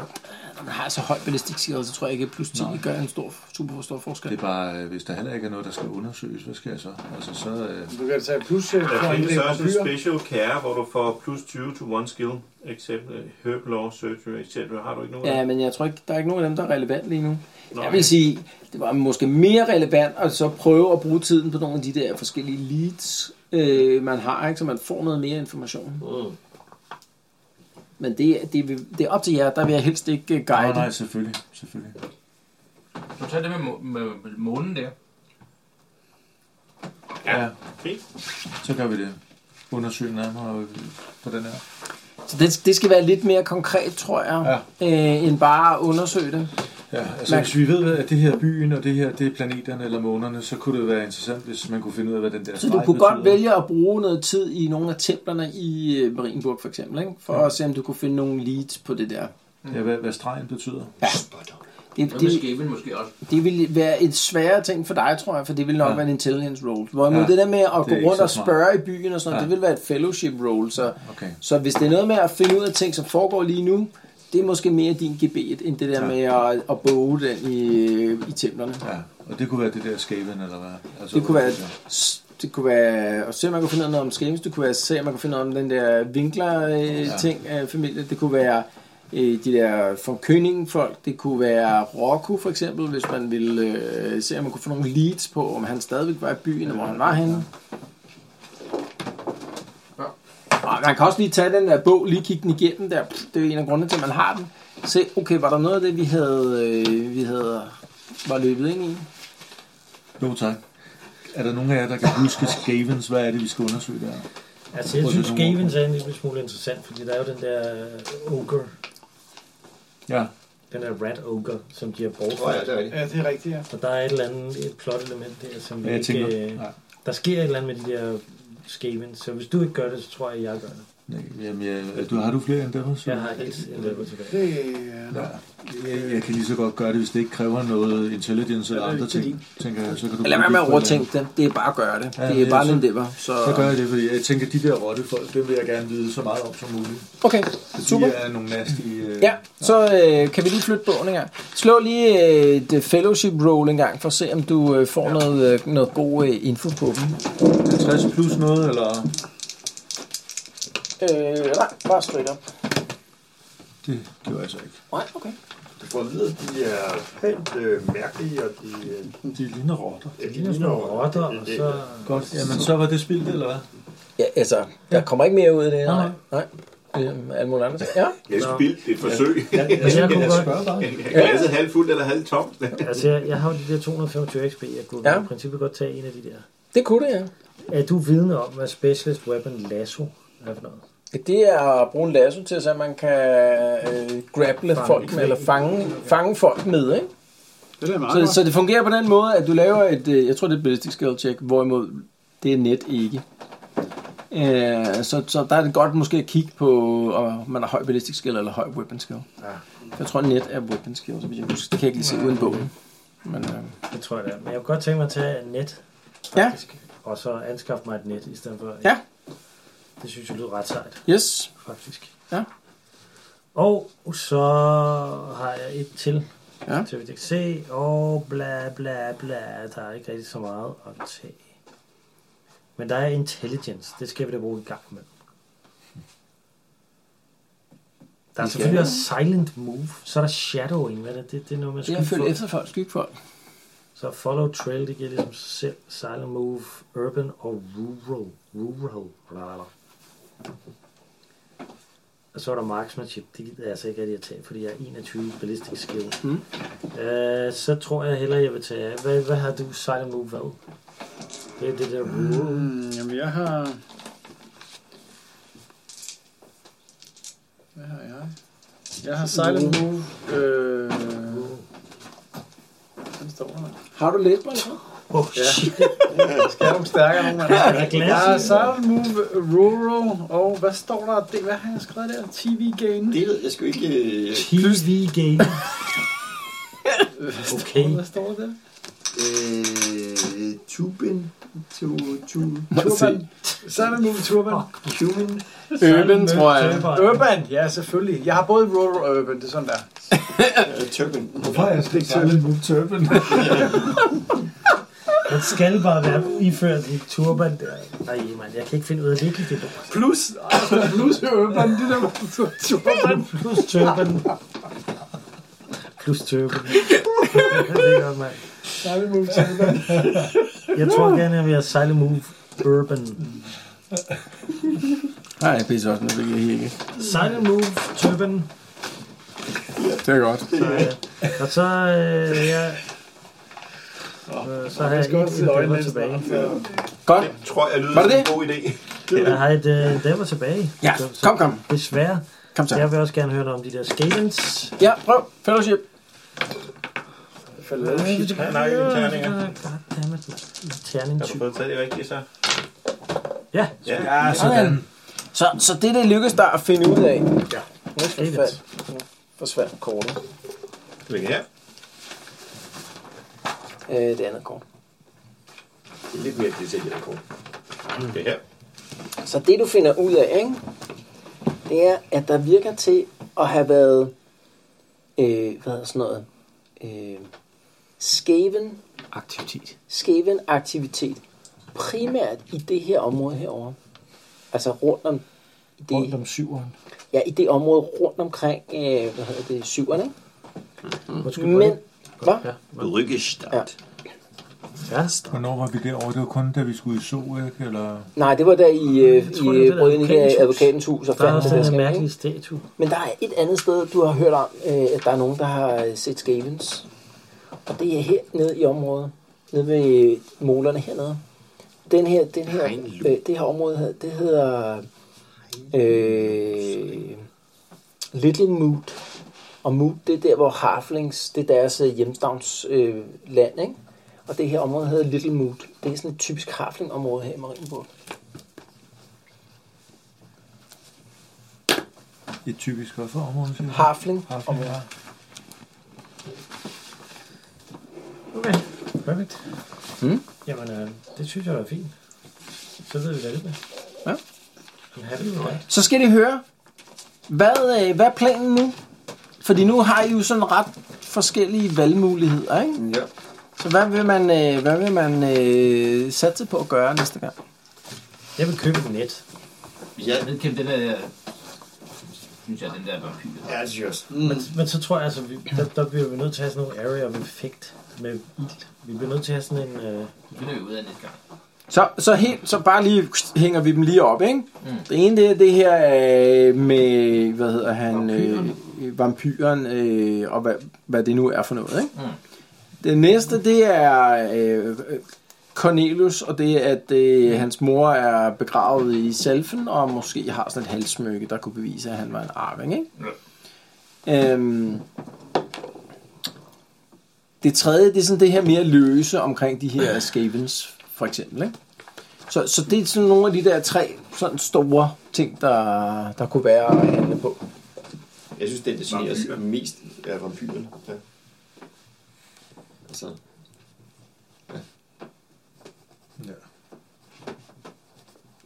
[SPEAKER 1] Når man har så høj ballistik skill, så tror jeg ikke, at plus 10
[SPEAKER 3] Nej.
[SPEAKER 1] gør en stor, super stor forskel.
[SPEAKER 3] Det er bare, øh, hvis der heller ikke er noget, der skal undersøges, hvad sker jeg så? Altså, så øh,
[SPEAKER 5] Du kan tage plus øh,
[SPEAKER 10] Der
[SPEAKER 5] for en
[SPEAKER 10] findes
[SPEAKER 5] del
[SPEAKER 10] også en
[SPEAKER 5] vampyrer.
[SPEAKER 10] special care, hvor du får plus 20 to one skill, except øh, herb law, surgery, etc. Har du ikke noget?
[SPEAKER 1] Ja, men jeg tror ikke, der er ikke nogen af dem, der er relevant lige nu.
[SPEAKER 10] Nå,
[SPEAKER 1] Jeg vil sige, det var måske mere relevant at så prøve at bruge tiden på nogle af de der forskellige leads, øh, man har, ikke? så man får noget mere information.
[SPEAKER 2] Mm.
[SPEAKER 1] Men det, er- det, vil- det er op til jer, der vil jeg helst ikke øh,
[SPEAKER 3] nej,
[SPEAKER 1] guide.
[SPEAKER 3] nej, selvfølgelig. selvfølgelig.
[SPEAKER 7] Du tager det med, må- med, med månen der.
[SPEAKER 3] Ja,
[SPEAKER 10] fint.
[SPEAKER 3] så gør vi det. Undersøg nærmere øh, på den her.
[SPEAKER 1] Så det, det skal være lidt mere konkret, tror jeg, ja. øh, end bare at undersøge det.
[SPEAKER 3] Ja, altså
[SPEAKER 1] Man-
[SPEAKER 3] hvis vi ved, at det her er byen, og det her det er planeterne eller månerne, så kunne det være interessant, hvis man kunne finde ud af, hvad den der
[SPEAKER 1] Så
[SPEAKER 3] streg
[SPEAKER 1] du kunne
[SPEAKER 3] betyder.
[SPEAKER 1] godt vælge at bruge noget tid i nogle af templerne i øh, Marienburg for eksempel, ikke? for
[SPEAKER 3] Ja.
[SPEAKER 1] at se om du kunne finde nogle leads på det der.
[SPEAKER 3] Ja, hvad, hvad stregen betyder.
[SPEAKER 1] Det,
[SPEAKER 7] Hvad
[SPEAKER 1] det,
[SPEAKER 7] med skæven måske også?
[SPEAKER 1] Det vil være et sværere ting for dig, tror jeg, for det vil nok
[SPEAKER 3] Ja.
[SPEAKER 1] ja. være en intelligence roll. Hvorimod
[SPEAKER 3] Ja,
[SPEAKER 1] ja, det der med at
[SPEAKER 3] det
[SPEAKER 1] gå
[SPEAKER 3] er ikke
[SPEAKER 1] rundt
[SPEAKER 3] så
[SPEAKER 1] og
[SPEAKER 3] smart.
[SPEAKER 1] spørge i byen og sådan noget,
[SPEAKER 3] Ja.
[SPEAKER 1] ja. det vil være et fellowship roll. Så,
[SPEAKER 3] Okay.
[SPEAKER 1] så hvis det er noget med at finde ud af ting, som foregår lige nu, det er måske mere din gebet, end det der
[SPEAKER 3] Ja.
[SPEAKER 1] ja. med at, at boge den i, øh, i templerne. Ja.
[SPEAKER 3] Ja, og det kunne være det der skaven, eller hvad? Altså,
[SPEAKER 1] Det kunne være... Det kunne være at se, om man kunne finde noget om Skames. Det kunne være at se, om man kunne finde noget om den der
[SPEAKER 3] Ja.
[SPEAKER 1] Winkler-ting, øh, familie. Det kunne være øh, de der von Königen folk. Det kunne være Roku for eksempel, hvis man ville øh, se, om man kunne få nogle leads på, om han stadigvæk var i byen, og hvor han var henne.
[SPEAKER 7] Ja.
[SPEAKER 1] Og man kan også lige tage den der bog, lige kigge den igennem der. Pff, Det er en af grundene til, at man har den. Se, okay, var der noget af det, vi havde, øh, vi havde var løbet ind i?
[SPEAKER 3] Jo, tak. Er der nogen af jer, der kan huske skavens? Hvad er det, vi skal undersøge der?
[SPEAKER 4] Altså, jeg
[SPEAKER 3] Prøv at
[SPEAKER 4] synes,
[SPEAKER 3] sætte nogle
[SPEAKER 4] Gavens er en lille smule interessant, fordi der er jo den der øh, ogre,
[SPEAKER 3] Ja.
[SPEAKER 4] den der rat ogre, som giver
[SPEAKER 2] Åh
[SPEAKER 4] borgfald.
[SPEAKER 2] ja, det er rigtigt.
[SPEAKER 5] Ja, det er rigtigt, ja.
[SPEAKER 4] Og der er et eller andet et plot element der, som
[SPEAKER 3] Hvad
[SPEAKER 4] vi
[SPEAKER 3] jeg
[SPEAKER 4] ikke...
[SPEAKER 3] tænker?
[SPEAKER 4] Øh,
[SPEAKER 3] Nej.
[SPEAKER 4] Der sker et eller andet med de der skaven, så hvis du ikke gør det, så tror jeg, at jeg gør det.
[SPEAKER 3] Jamen, jeg, du, har du flere end dem?
[SPEAKER 4] Jeg har et endeavor tilbage.
[SPEAKER 3] Ja. Jeg, jeg kan lige så godt gøre det, hvis det ikke kræver noget intelligence eller andre ting. Tænker, jeg, så kan du
[SPEAKER 1] Lad være med at
[SPEAKER 3] bruge det
[SPEAKER 1] overtænke det. Det er bare at gøre det.
[SPEAKER 3] Ja,
[SPEAKER 1] det er
[SPEAKER 3] ja,
[SPEAKER 1] bare
[SPEAKER 3] så-
[SPEAKER 1] en endeavor. Så...
[SPEAKER 3] for- Så gør jeg det, fordi jeg tænker, de der rottefolk, dem vil jeg gerne vide så meget om som muligt.
[SPEAKER 1] Okay, super.
[SPEAKER 3] De er nogle nasty... Øh,
[SPEAKER 1] Ja, så øh, kan vi lige flytte bogen en gang. Slå lige øh, et fellowship roll en gang, for at se, om du øh, får noget, øh, noget god øh, info på dem.
[SPEAKER 3] 50 plus noget, eller...
[SPEAKER 1] Øh, nej, bare straight up.
[SPEAKER 3] Det gjorde jeg så ikke.
[SPEAKER 1] Nej, okay.
[SPEAKER 2] Du får at vide, at de er pænt øh, mærkelige, og de, øh,
[SPEAKER 3] De ligner rotter.
[SPEAKER 2] ja, de
[SPEAKER 4] Det er sådan
[SPEAKER 2] ligner
[SPEAKER 4] nogle rotter,
[SPEAKER 2] det-
[SPEAKER 4] og
[SPEAKER 2] det-
[SPEAKER 4] så...
[SPEAKER 3] Godt. Jamen, så var det spildt, eller hvad?
[SPEAKER 1] Ja, altså, der kommer ikke mere ud af det. her,
[SPEAKER 3] Nej,
[SPEAKER 1] Nej, nej. Øhm, alle mulige andre ting. Ja.
[SPEAKER 10] Jeg
[SPEAKER 4] Nå.
[SPEAKER 10] skulle bilde det er et forsøg. Ja.
[SPEAKER 4] Altså, jeg kunne godt...
[SPEAKER 3] Spørg bare.
[SPEAKER 10] Glasset halvt fuldt eller halvt tomt.
[SPEAKER 4] Altså, jeg, jeg har jo de der 225 XP. Jeg kunne
[SPEAKER 1] Ja.
[SPEAKER 4] ja. i princippet godt tage en af de der.
[SPEAKER 1] Det kunne det, ja.
[SPEAKER 4] Er du vidne om, hvad Specialist Weapon Lasso er for noget?
[SPEAKER 1] Det er at bruge en lasso til, så man kan øh, grapple
[SPEAKER 4] Fange
[SPEAKER 1] folk med,
[SPEAKER 4] knæ.
[SPEAKER 1] eller fange, fange folk med, ikke?
[SPEAKER 5] Det er meget
[SPEAKER 1] Så, så det fungerer på den måde, at du laver et, øh, jeg tror det er et ballistic skill check, hvorimod det er net ikke. Øh, så, så der er det godt måske at kigge på, om man har høj ballistic skill eller høj weapon skill. Ja. Jeg tror net er weapon skill, så hvis jeg husker, det kan jeg ikke lige se uden bogen. Men, øh,
[SPEAKER 4] Det tror jeg, det er. Men jeg kunne godt tænke mig at tage et net,
[SPEAKER 1] ja,
[SPEAKER 4] faktisk. Ja. Og så anskaffe mig et net i stedet for... et-
[SPEAKER 1] Ja.
[SPEAKER 4] Det synes jeg lyder ret sejt,
[SPEAKER 1] yes.
[SPEAKER 4] faktisk.
[SPEAKER 1] Ja.
[SPEAKER 4] Og så har jeg et til.
[SPEAKER 1] Ja.
[SPEAKER 4] Til vi kan se. Og bla bla bla. Der er ikke rigtig så meget at tage. Men der er intelligence. Det skal vi da bruge i gang med. Der er
[SPEAKER 1] Vi skal-
[SPEAKER 4] selvfølgelig også silent move. Så er der shadowing. Hvad er det? Det, det er noget med
[SPEAKER 1] Det er at
[SPEAKER 4] skyde
[SPEAKER 1] følge
[SPEAKER 4] folk.
[SPEAKER 1] efter folk, skygge folk.
[SPEAKER 4] Så follow trail, det giver ligesom sig selv silent move, urban og rural. Rural. Blablabla. Og så er der marksmanship. Det gider jeg altså ikke rigtig at tage, fordi jeg er 21 ballistic skill. Mm. Øh, så tror jeg hellere, jeg vil tage... Hvad, hvad har du silent move hvad? Det er det der rural. Mm.
[SPEAKER 5] Mm, jamen, jeg har... Hvad har jeg? Jeg har Silent Move. Øh... Den står der.
[SPEAKER 1] Har du læst mig?
[SPEAKER 4] Oh, shit.
[SPEAKER 5] Jeg skal have dem stærkere nogen, mand.
[SPEAKER 4] der er glas
[SPEAKER 5] Jeg har
[SPEAKER 4] i.
[SPEAKER 5] Silent Move, Rural, og hvad står der? Det, hvad har jeg skrevet der? TV Gain.
[SPEAKER 2] Det ved jeg sgu ikke. Øh,
[SPEAKER 4] TV game. Okay.
[SPEAKER 5] Hvad står der?
[SPEAKER 2] øh, tuben. Tu, tu,
[SPEAKER 5] Turban. Silent Move Turban.
[SPEAKER 2] tuben.
[SPEAKER 1] Øben, tror jeg.
[SPEAKER 5] Urban, ja selvfølgelig. Jeg har både Rural og Urban, det er sådan der.
[SPEAKER 2] Øh, tuben.
[SPEAKER 3] Hvorfor er jeg slet ikke særlig move turban?
[SPEAKER 4] Man skal bare være iført i turban der. Nej, mand, jeg kan ikke finde ud af virkelig det lort.
[SPEAKER 5] Plus, altså, plus Urban, det der Turban.
[SPEAKER 4] Plus turban. Plus turban. det gør man.
[SPEAKER 5] Silent Move Turban.
[SPEAKER 4] Jeg tror gerne, jeg vil have Silent Move Urban.
[SPEAKER 1] Nej, jeg pisser også, men det vil jeg ikke.
[SPEAKER 4] Silent Move Turban.
[SPEAKER 1] Det er godt.
[SPEAKER 4] Og så... Øh, ja. Øh, Så har jeg
[SPEAKER 5] skal også
[SPEAKER 4] et
[SPEAKER 5] sidde øjnene
[SPEAKER 4] endeavor
[SPEAKER 5] lidt
[SPEAKER 4] tilbage.
[SPEAKER 1] Godt.
[SPEAKER 10] Jeg tror, jeg lyder
[SPEAKER 1] Var det
[SPEAKER 10] som en
[SPEAKER 1] det?
[SPEAKER 10] god idé.
[SPEAKER 4] Jeg har et øh, endeavor tilbage.
[SPEAKER 1] Ja,
[SPEAKER 4] Så- så
[SPEAKER 1] kom, kom.
[SPEAKER 4] Desværre.
[SPEAKER 1] Kom så.
[SPEAKER 4] Jeg vil også gerne høre dig om de der skavens.
[SPEAKER 1] Ja, prøv. Fellowship.
[SPEAKER 10] Nej, det er terninger.
[SPEAKER 4] Goddammit, mand. Terning
[SPEAKER 10] Har du
[SPEAKER 4] 20.
[SPEAKER 10] fået taget det rigtige, så?
[SPEAKER 4] Ja,
[SPEAKER 10] Ja.
[SPEAKER 1] Sådan. Så, så det, det lykkes dig at finde ud af. Ja. Nu forsvandt, nu forsvandt kortet.
[SPEAKER 10] Hvilken her?
[SPEAKER 1] Øh, det andet kort.
[SPEAKER 2] Det er lidt mere detaljeret kort.
[SPEAKER 10] Det her.
[SPEAKER 1] Så det, du finder ud af, ikke, det er, at der virker til at have været, øh, hvad hedder sådan noget, øh, skæven aktivitet. Skæven aktivitet. Primært i det her område herover. Altså rundt om det, rundt om syveren. Ja, i det område rundt omkring, øh, hvad hedder det, syveren, ikke?
[SPEAKER 4] undskyld.
[SPEAKER 1] Men, hvad?
[SPEAKER 2] Ryggestart.
[SPEAKER 4] Ja,
[SPEAKER 3] Hvornår var vi derovre? Det var kun, da vi skulle i so, ikke? Eller...
[SPEAKER 1] Nej, det var der i, øh,
[SPEAKER 4] tror,
[SPEAKER 1] i
[SPEAKER 4] det var
[SPEAKER 1] øh,
[SPEAKER 4] det
[SPEAKER 1] brød ind i det
[SPEAKER 4] advokatens
[SPEAKER 1] her advokatens hus
[SPEAKER 4] hus.
[SPEAKER 1] og
[SPEAKER 4] der er
[SPEAKER 1] fandt
[SPEAKER 4] også
[SPEAKER 1] det der
[SPEAKER 4] den her
[SPEAKER 1] skab,
[SPEAKER 4] mærkelige
[SPEAKER 1] ikke?
[SPEAKER 4] statue.
[SPEAKER 1] Men der er et andet sted, du har hørt om, øh, at der er nogen, der har øh, set skavens. Og det er her nede i området. Nede ved øh, molerne hernede. Den her, den her, øh, det her område, her, det hedder øh, Little Moot. Og Moot, det er der, hvor Harflings, det er deres øh, hjemstavns øh, land, ikke? og det her område hedder Little Moot. Det er sådan et typisk harflingområde her i Marienburg.
[SPEAKER 3] Et typisk hvorfor område, siger du?
[SPEAKER 1] Harfling.
[SPEAKER 3] Harfling, ja.
[SPEAKER 4] Okay, perfekt.
[SPEAKER 1] Mm.
[SPEAKER 4] Jamen, øh, det synes jeg var fint. Så ved vi da lidt med.
[SPEAKER 1] Ja.
[SPEAKER 4] I'm happy with that.
[SPEAKER 1] Så skal de høre, hvad, øh, hvad er planen nu? Fordi nu har I jo sådan ret forskellige valgmuligheder, ikke?
[SPEAKER 2] Ja.
[SPEAKER 1] Så hvad vil man, øh, hvad vil man øh, satse på at gøre næste gang?
[SPEAKER 4] Jeg vil købe et net.
[SPEAKER 7] Jeg ved, Kim, den der... Synes jeg, den der vampyr.
[SPEAKER 2] Ja, det synes jeg også.
[SPEAKER 4] Men, men så tror jeg, altså, vi, der, der bliver vi nødt til at have sådan nogle area of effect med ild. Vi bliver nødt til at have sådan en... Øh... Det
[SPEAKER 7] finder vi ud af næste gang.
[SPEAKER 1] Så, så, helt, så bare lige hænger vi dem lige op, ikke? Mm. Det ene det er det her øh, med, hvad hedder han, øh, vampyren, øh, og hvad, hvad det nu er for noget, ikke? Mm. Det næste, det er øh, Cornelius, og det er, at øh, hans mor er begravet i selfen, og måske har sådan et halssmykke, der kunne bevise, at han var en arving, ikke? Ja. Øhm, det tredje, det er sådan det her mere løse omkring de her skavens, for eksempel. Ikke? Så, så det er sådan nogle af de der tre sådan store ting, der, der kunne være at handle på.
[SPEAKER 2] Jeg synes, det, det generer os mest er vampyren. Ja. Altså,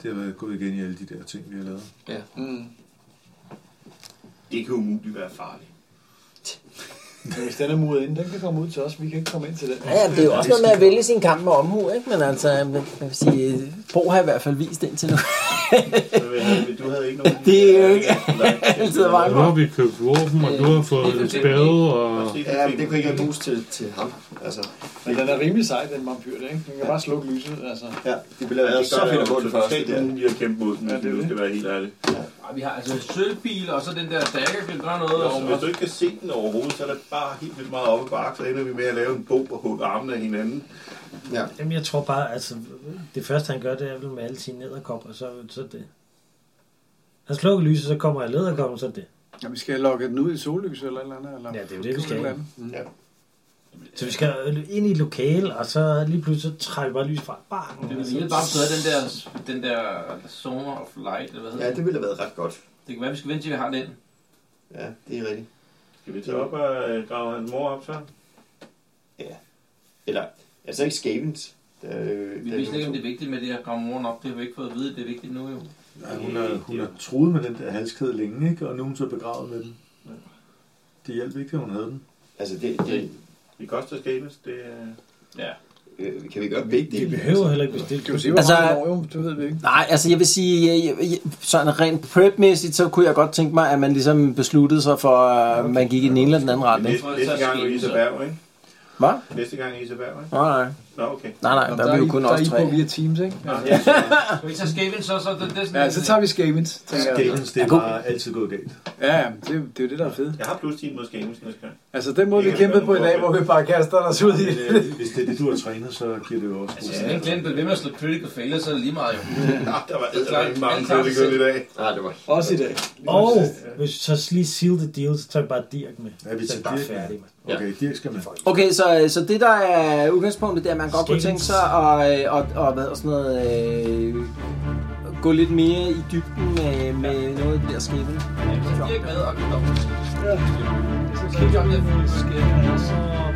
[SPEAKER 3] Det har været gået igen i alle de der ting, vi har lavet.
[SPEAKER 2] Ja.
[SPEAKER 5] Mm.
[SPEAKER 10] Det kan umuligt være farligt.
[SPEAKER 5] Men Hvis Øh, den er muret inde, den kan komme ud til os. Vi kan ikke komme ind til den.
[SPEAKER 1] Ja, ja, det er jo også noget med at vælge sin kamp med omhu, ikke? Men altså, man man vil sige, Bo har i hvert fald vist indtil nu.
[SPEAKER 10] Du havde ikke nogen...
[SPEAKER 1] det er jo ikke altid vejen.
[SPEAKER 8] Nu har vi købt våben, og du har fået et spade, og...
[SPEAKER 2] ja, men det kunne ikke bruges til, til ham. Altså,
[SPEAKER 5] Men den er rimelig sej, den vampyr, der, ikke? Den kan bare slukke lyset, altså.
[SPEAKER 2] ja, det ville have været så fedt at gå det første.
[SPEAKER 10] Det er
[SPEAKER 2] Der.
[SPEAKER 10] umuligt at kæmpe mod den, hvis
[SPEAKER 5] det er
[SPEAKER 10] vi nu
[SPEAKER 5] det.
[SPEAKER 10] skal være helt ærlige.
[SPEAKER 7] Og vi har altså sølvbil, og så den der dagger kan gøre noget.
[SPEAKER 10] Og hvis
[SPEAKER 7] Og,
[SPEAKER 10] du ikke kan se den overhovedet, så er det bare helt vildt meget oppe bakke, så ender vi med at lave en bog og hugge armene af hinanden.
[SPEAKER 2] Ja.
[SPEAKER 4] Jamen, jeg tror bare, altså, det første, han gør, det er vel med alle sine nederkopper, og så, så er det. Han slukker lyset, så kommer jeg lederkoppen, så er det.
[SPEAKER 5] Ja, vi skal lokke den ud i sollys eller et eller andet. Eller?
[SPEAKER 4] Ja, det er jo det, vi skal.
[SPEAKER 5] Et eller andet. Mm.
[SPEAKER 2] Ja.
[SPEAKER 4] Så vi skal ind i et lokale, og så lige pludselig så trækker vi bare lys fra. Bang!
[SPEAKER 7] det ville hjælpe bare så den der, den der Zone of Light, eller hvad hedder
[SPEAKER 2] ja, det ville have været ret godt.
[SPEAKER 7] Det kan være, vi skal vente til, vi har den.
[SPEAKER 2] Ja, det er rigtigt.
[SPEAKER 10] Skal vi tage op og øh, grave hans mor op så?
[SPEAKER 2] Eller, altså ikke skævent. Øh,
[SPEAKER 7] Vi ved slet ikke, om det er vigtigt med det at grave moren op. Det har vi ikke fået at vide, at det er vigtigt nu jo.
[SPEAKER 3] Ja, hun, har, hun har troet med den der halskæde længe, ikke? og nu er hun så begravet med den. Det hjalp ikke, at hun havde den.
[SPEAKER 2] Altså, det, det
[SPEAKER 10] Vi koster skabes, det er...
[SPEAKER 7] Ja.
[SPEAKER 2] øh, kan vi gøre vigtigt.
[SPEAKER 4] Vi behøver heller ikke bestille.
[SPEAKER 5] Kan du se, hvor
[SPEAKER 1] Altså-
[SPEAKER 5] altså, mange år, jo? Det ved vi ikke.
[SPEAKER 1] Nej, altså jeg vil sige, jeg, jeg, jeg, sådan rent prep-mæssigt, så kunne jeg godt tænke mig, at man ligesom besluttede sig for, at man gik i den ene eller den anden retning.
[SPEAKER 10] Næste, næste gang er Isa Berg, ikke?
[SPEAKER 1] Hvad?
[SPEAKER 10] Næste gang er Isa Berg, ikke?
[SPEAKER 1] Nej, nej.
[SPEAKER 10] Nå, okay.
[SPEAKER 1] Nej, nej, der er vi jo kun
[SPEAKER 5] der er
[SPEAKER 1] os
[SPEAKER 5] I på
[SPEAKER 1] tre.
[SPEAKER 5] via Teams, ikke? Altså,
[SPEAKER 7] Skal vi tage skæven, så, så det, det er sådan...
[SPEAKER 5] ja, så tager vi Skavens, tænker jeg.
[SPEAKER 3] Skabens, det er bare altid gået galt.
[SPEAKER 5] Ja, ja, det, er- det er jo det, der er fedt.
[SPEAKER 10] Jeg har plus 10 mod skabes næste gang.
[SPEAKER 5] Altså, den måde, vi
[SPEAKER 10] Det kan
[SPEAKER 5] kæmpede
[SPEAKER 10] være
[SPEAKER 5] på i dag,
[SPEAKER 10] nogle
[SPEAKER 5] hvor vi bare kaster os ud i
[SPEAKER 3] Men, øh, Hvis det er det, du har trænet, så giver det jo også
[SPEAKER 7] Altså, jeg har
[SPEAKER 3] god
[SPEAKER 7] ikke glemt, at ved med at slå critical failure, så er det lige meget jo.
[SPEAKER 10] Ja, der var
[SPEAKER 7] Det er klart,
[SPEAKER 10] eddermame mange
[SPEAKER 7] alle tager sig
[SPEAKER 10] kødligere i dag.
[SPEAKER 2] Nej, det var
[SPEAKER 5] Også i dag.
[SPEAKER 4] Og hvis vi så lige seal the deal, så tager vi bare Dirk med.
[SPEAKER 3] Ja, vi
[SPEAKER 4] så
[SPEAKER 3] tager
[SPEAKER 4] er det bare
[SPEAKER 3] Dirk med.
[SPEAKER 4] færdigt. mand.
[SPEAKER 3] Okay, det skal man.
[SPEAKER 1] Okay, så, øh, så det der er udgangspunktet, det er, at man godt kunne
[SPEAKER 4] Skævt.
[SPEAKER 1] tænke sig at og, og, hvad, og sådan noget, øh, gå lidt mere i dybden med, med noget af det der skæbne.
[SPEAKER 7] Jeg kan ikke med og kan dog.
[SPEAKER 5] Ja.
[SPEAKER 7] Så er det godt, at jeg får lidt skæven.
[SPEAKER 4] Så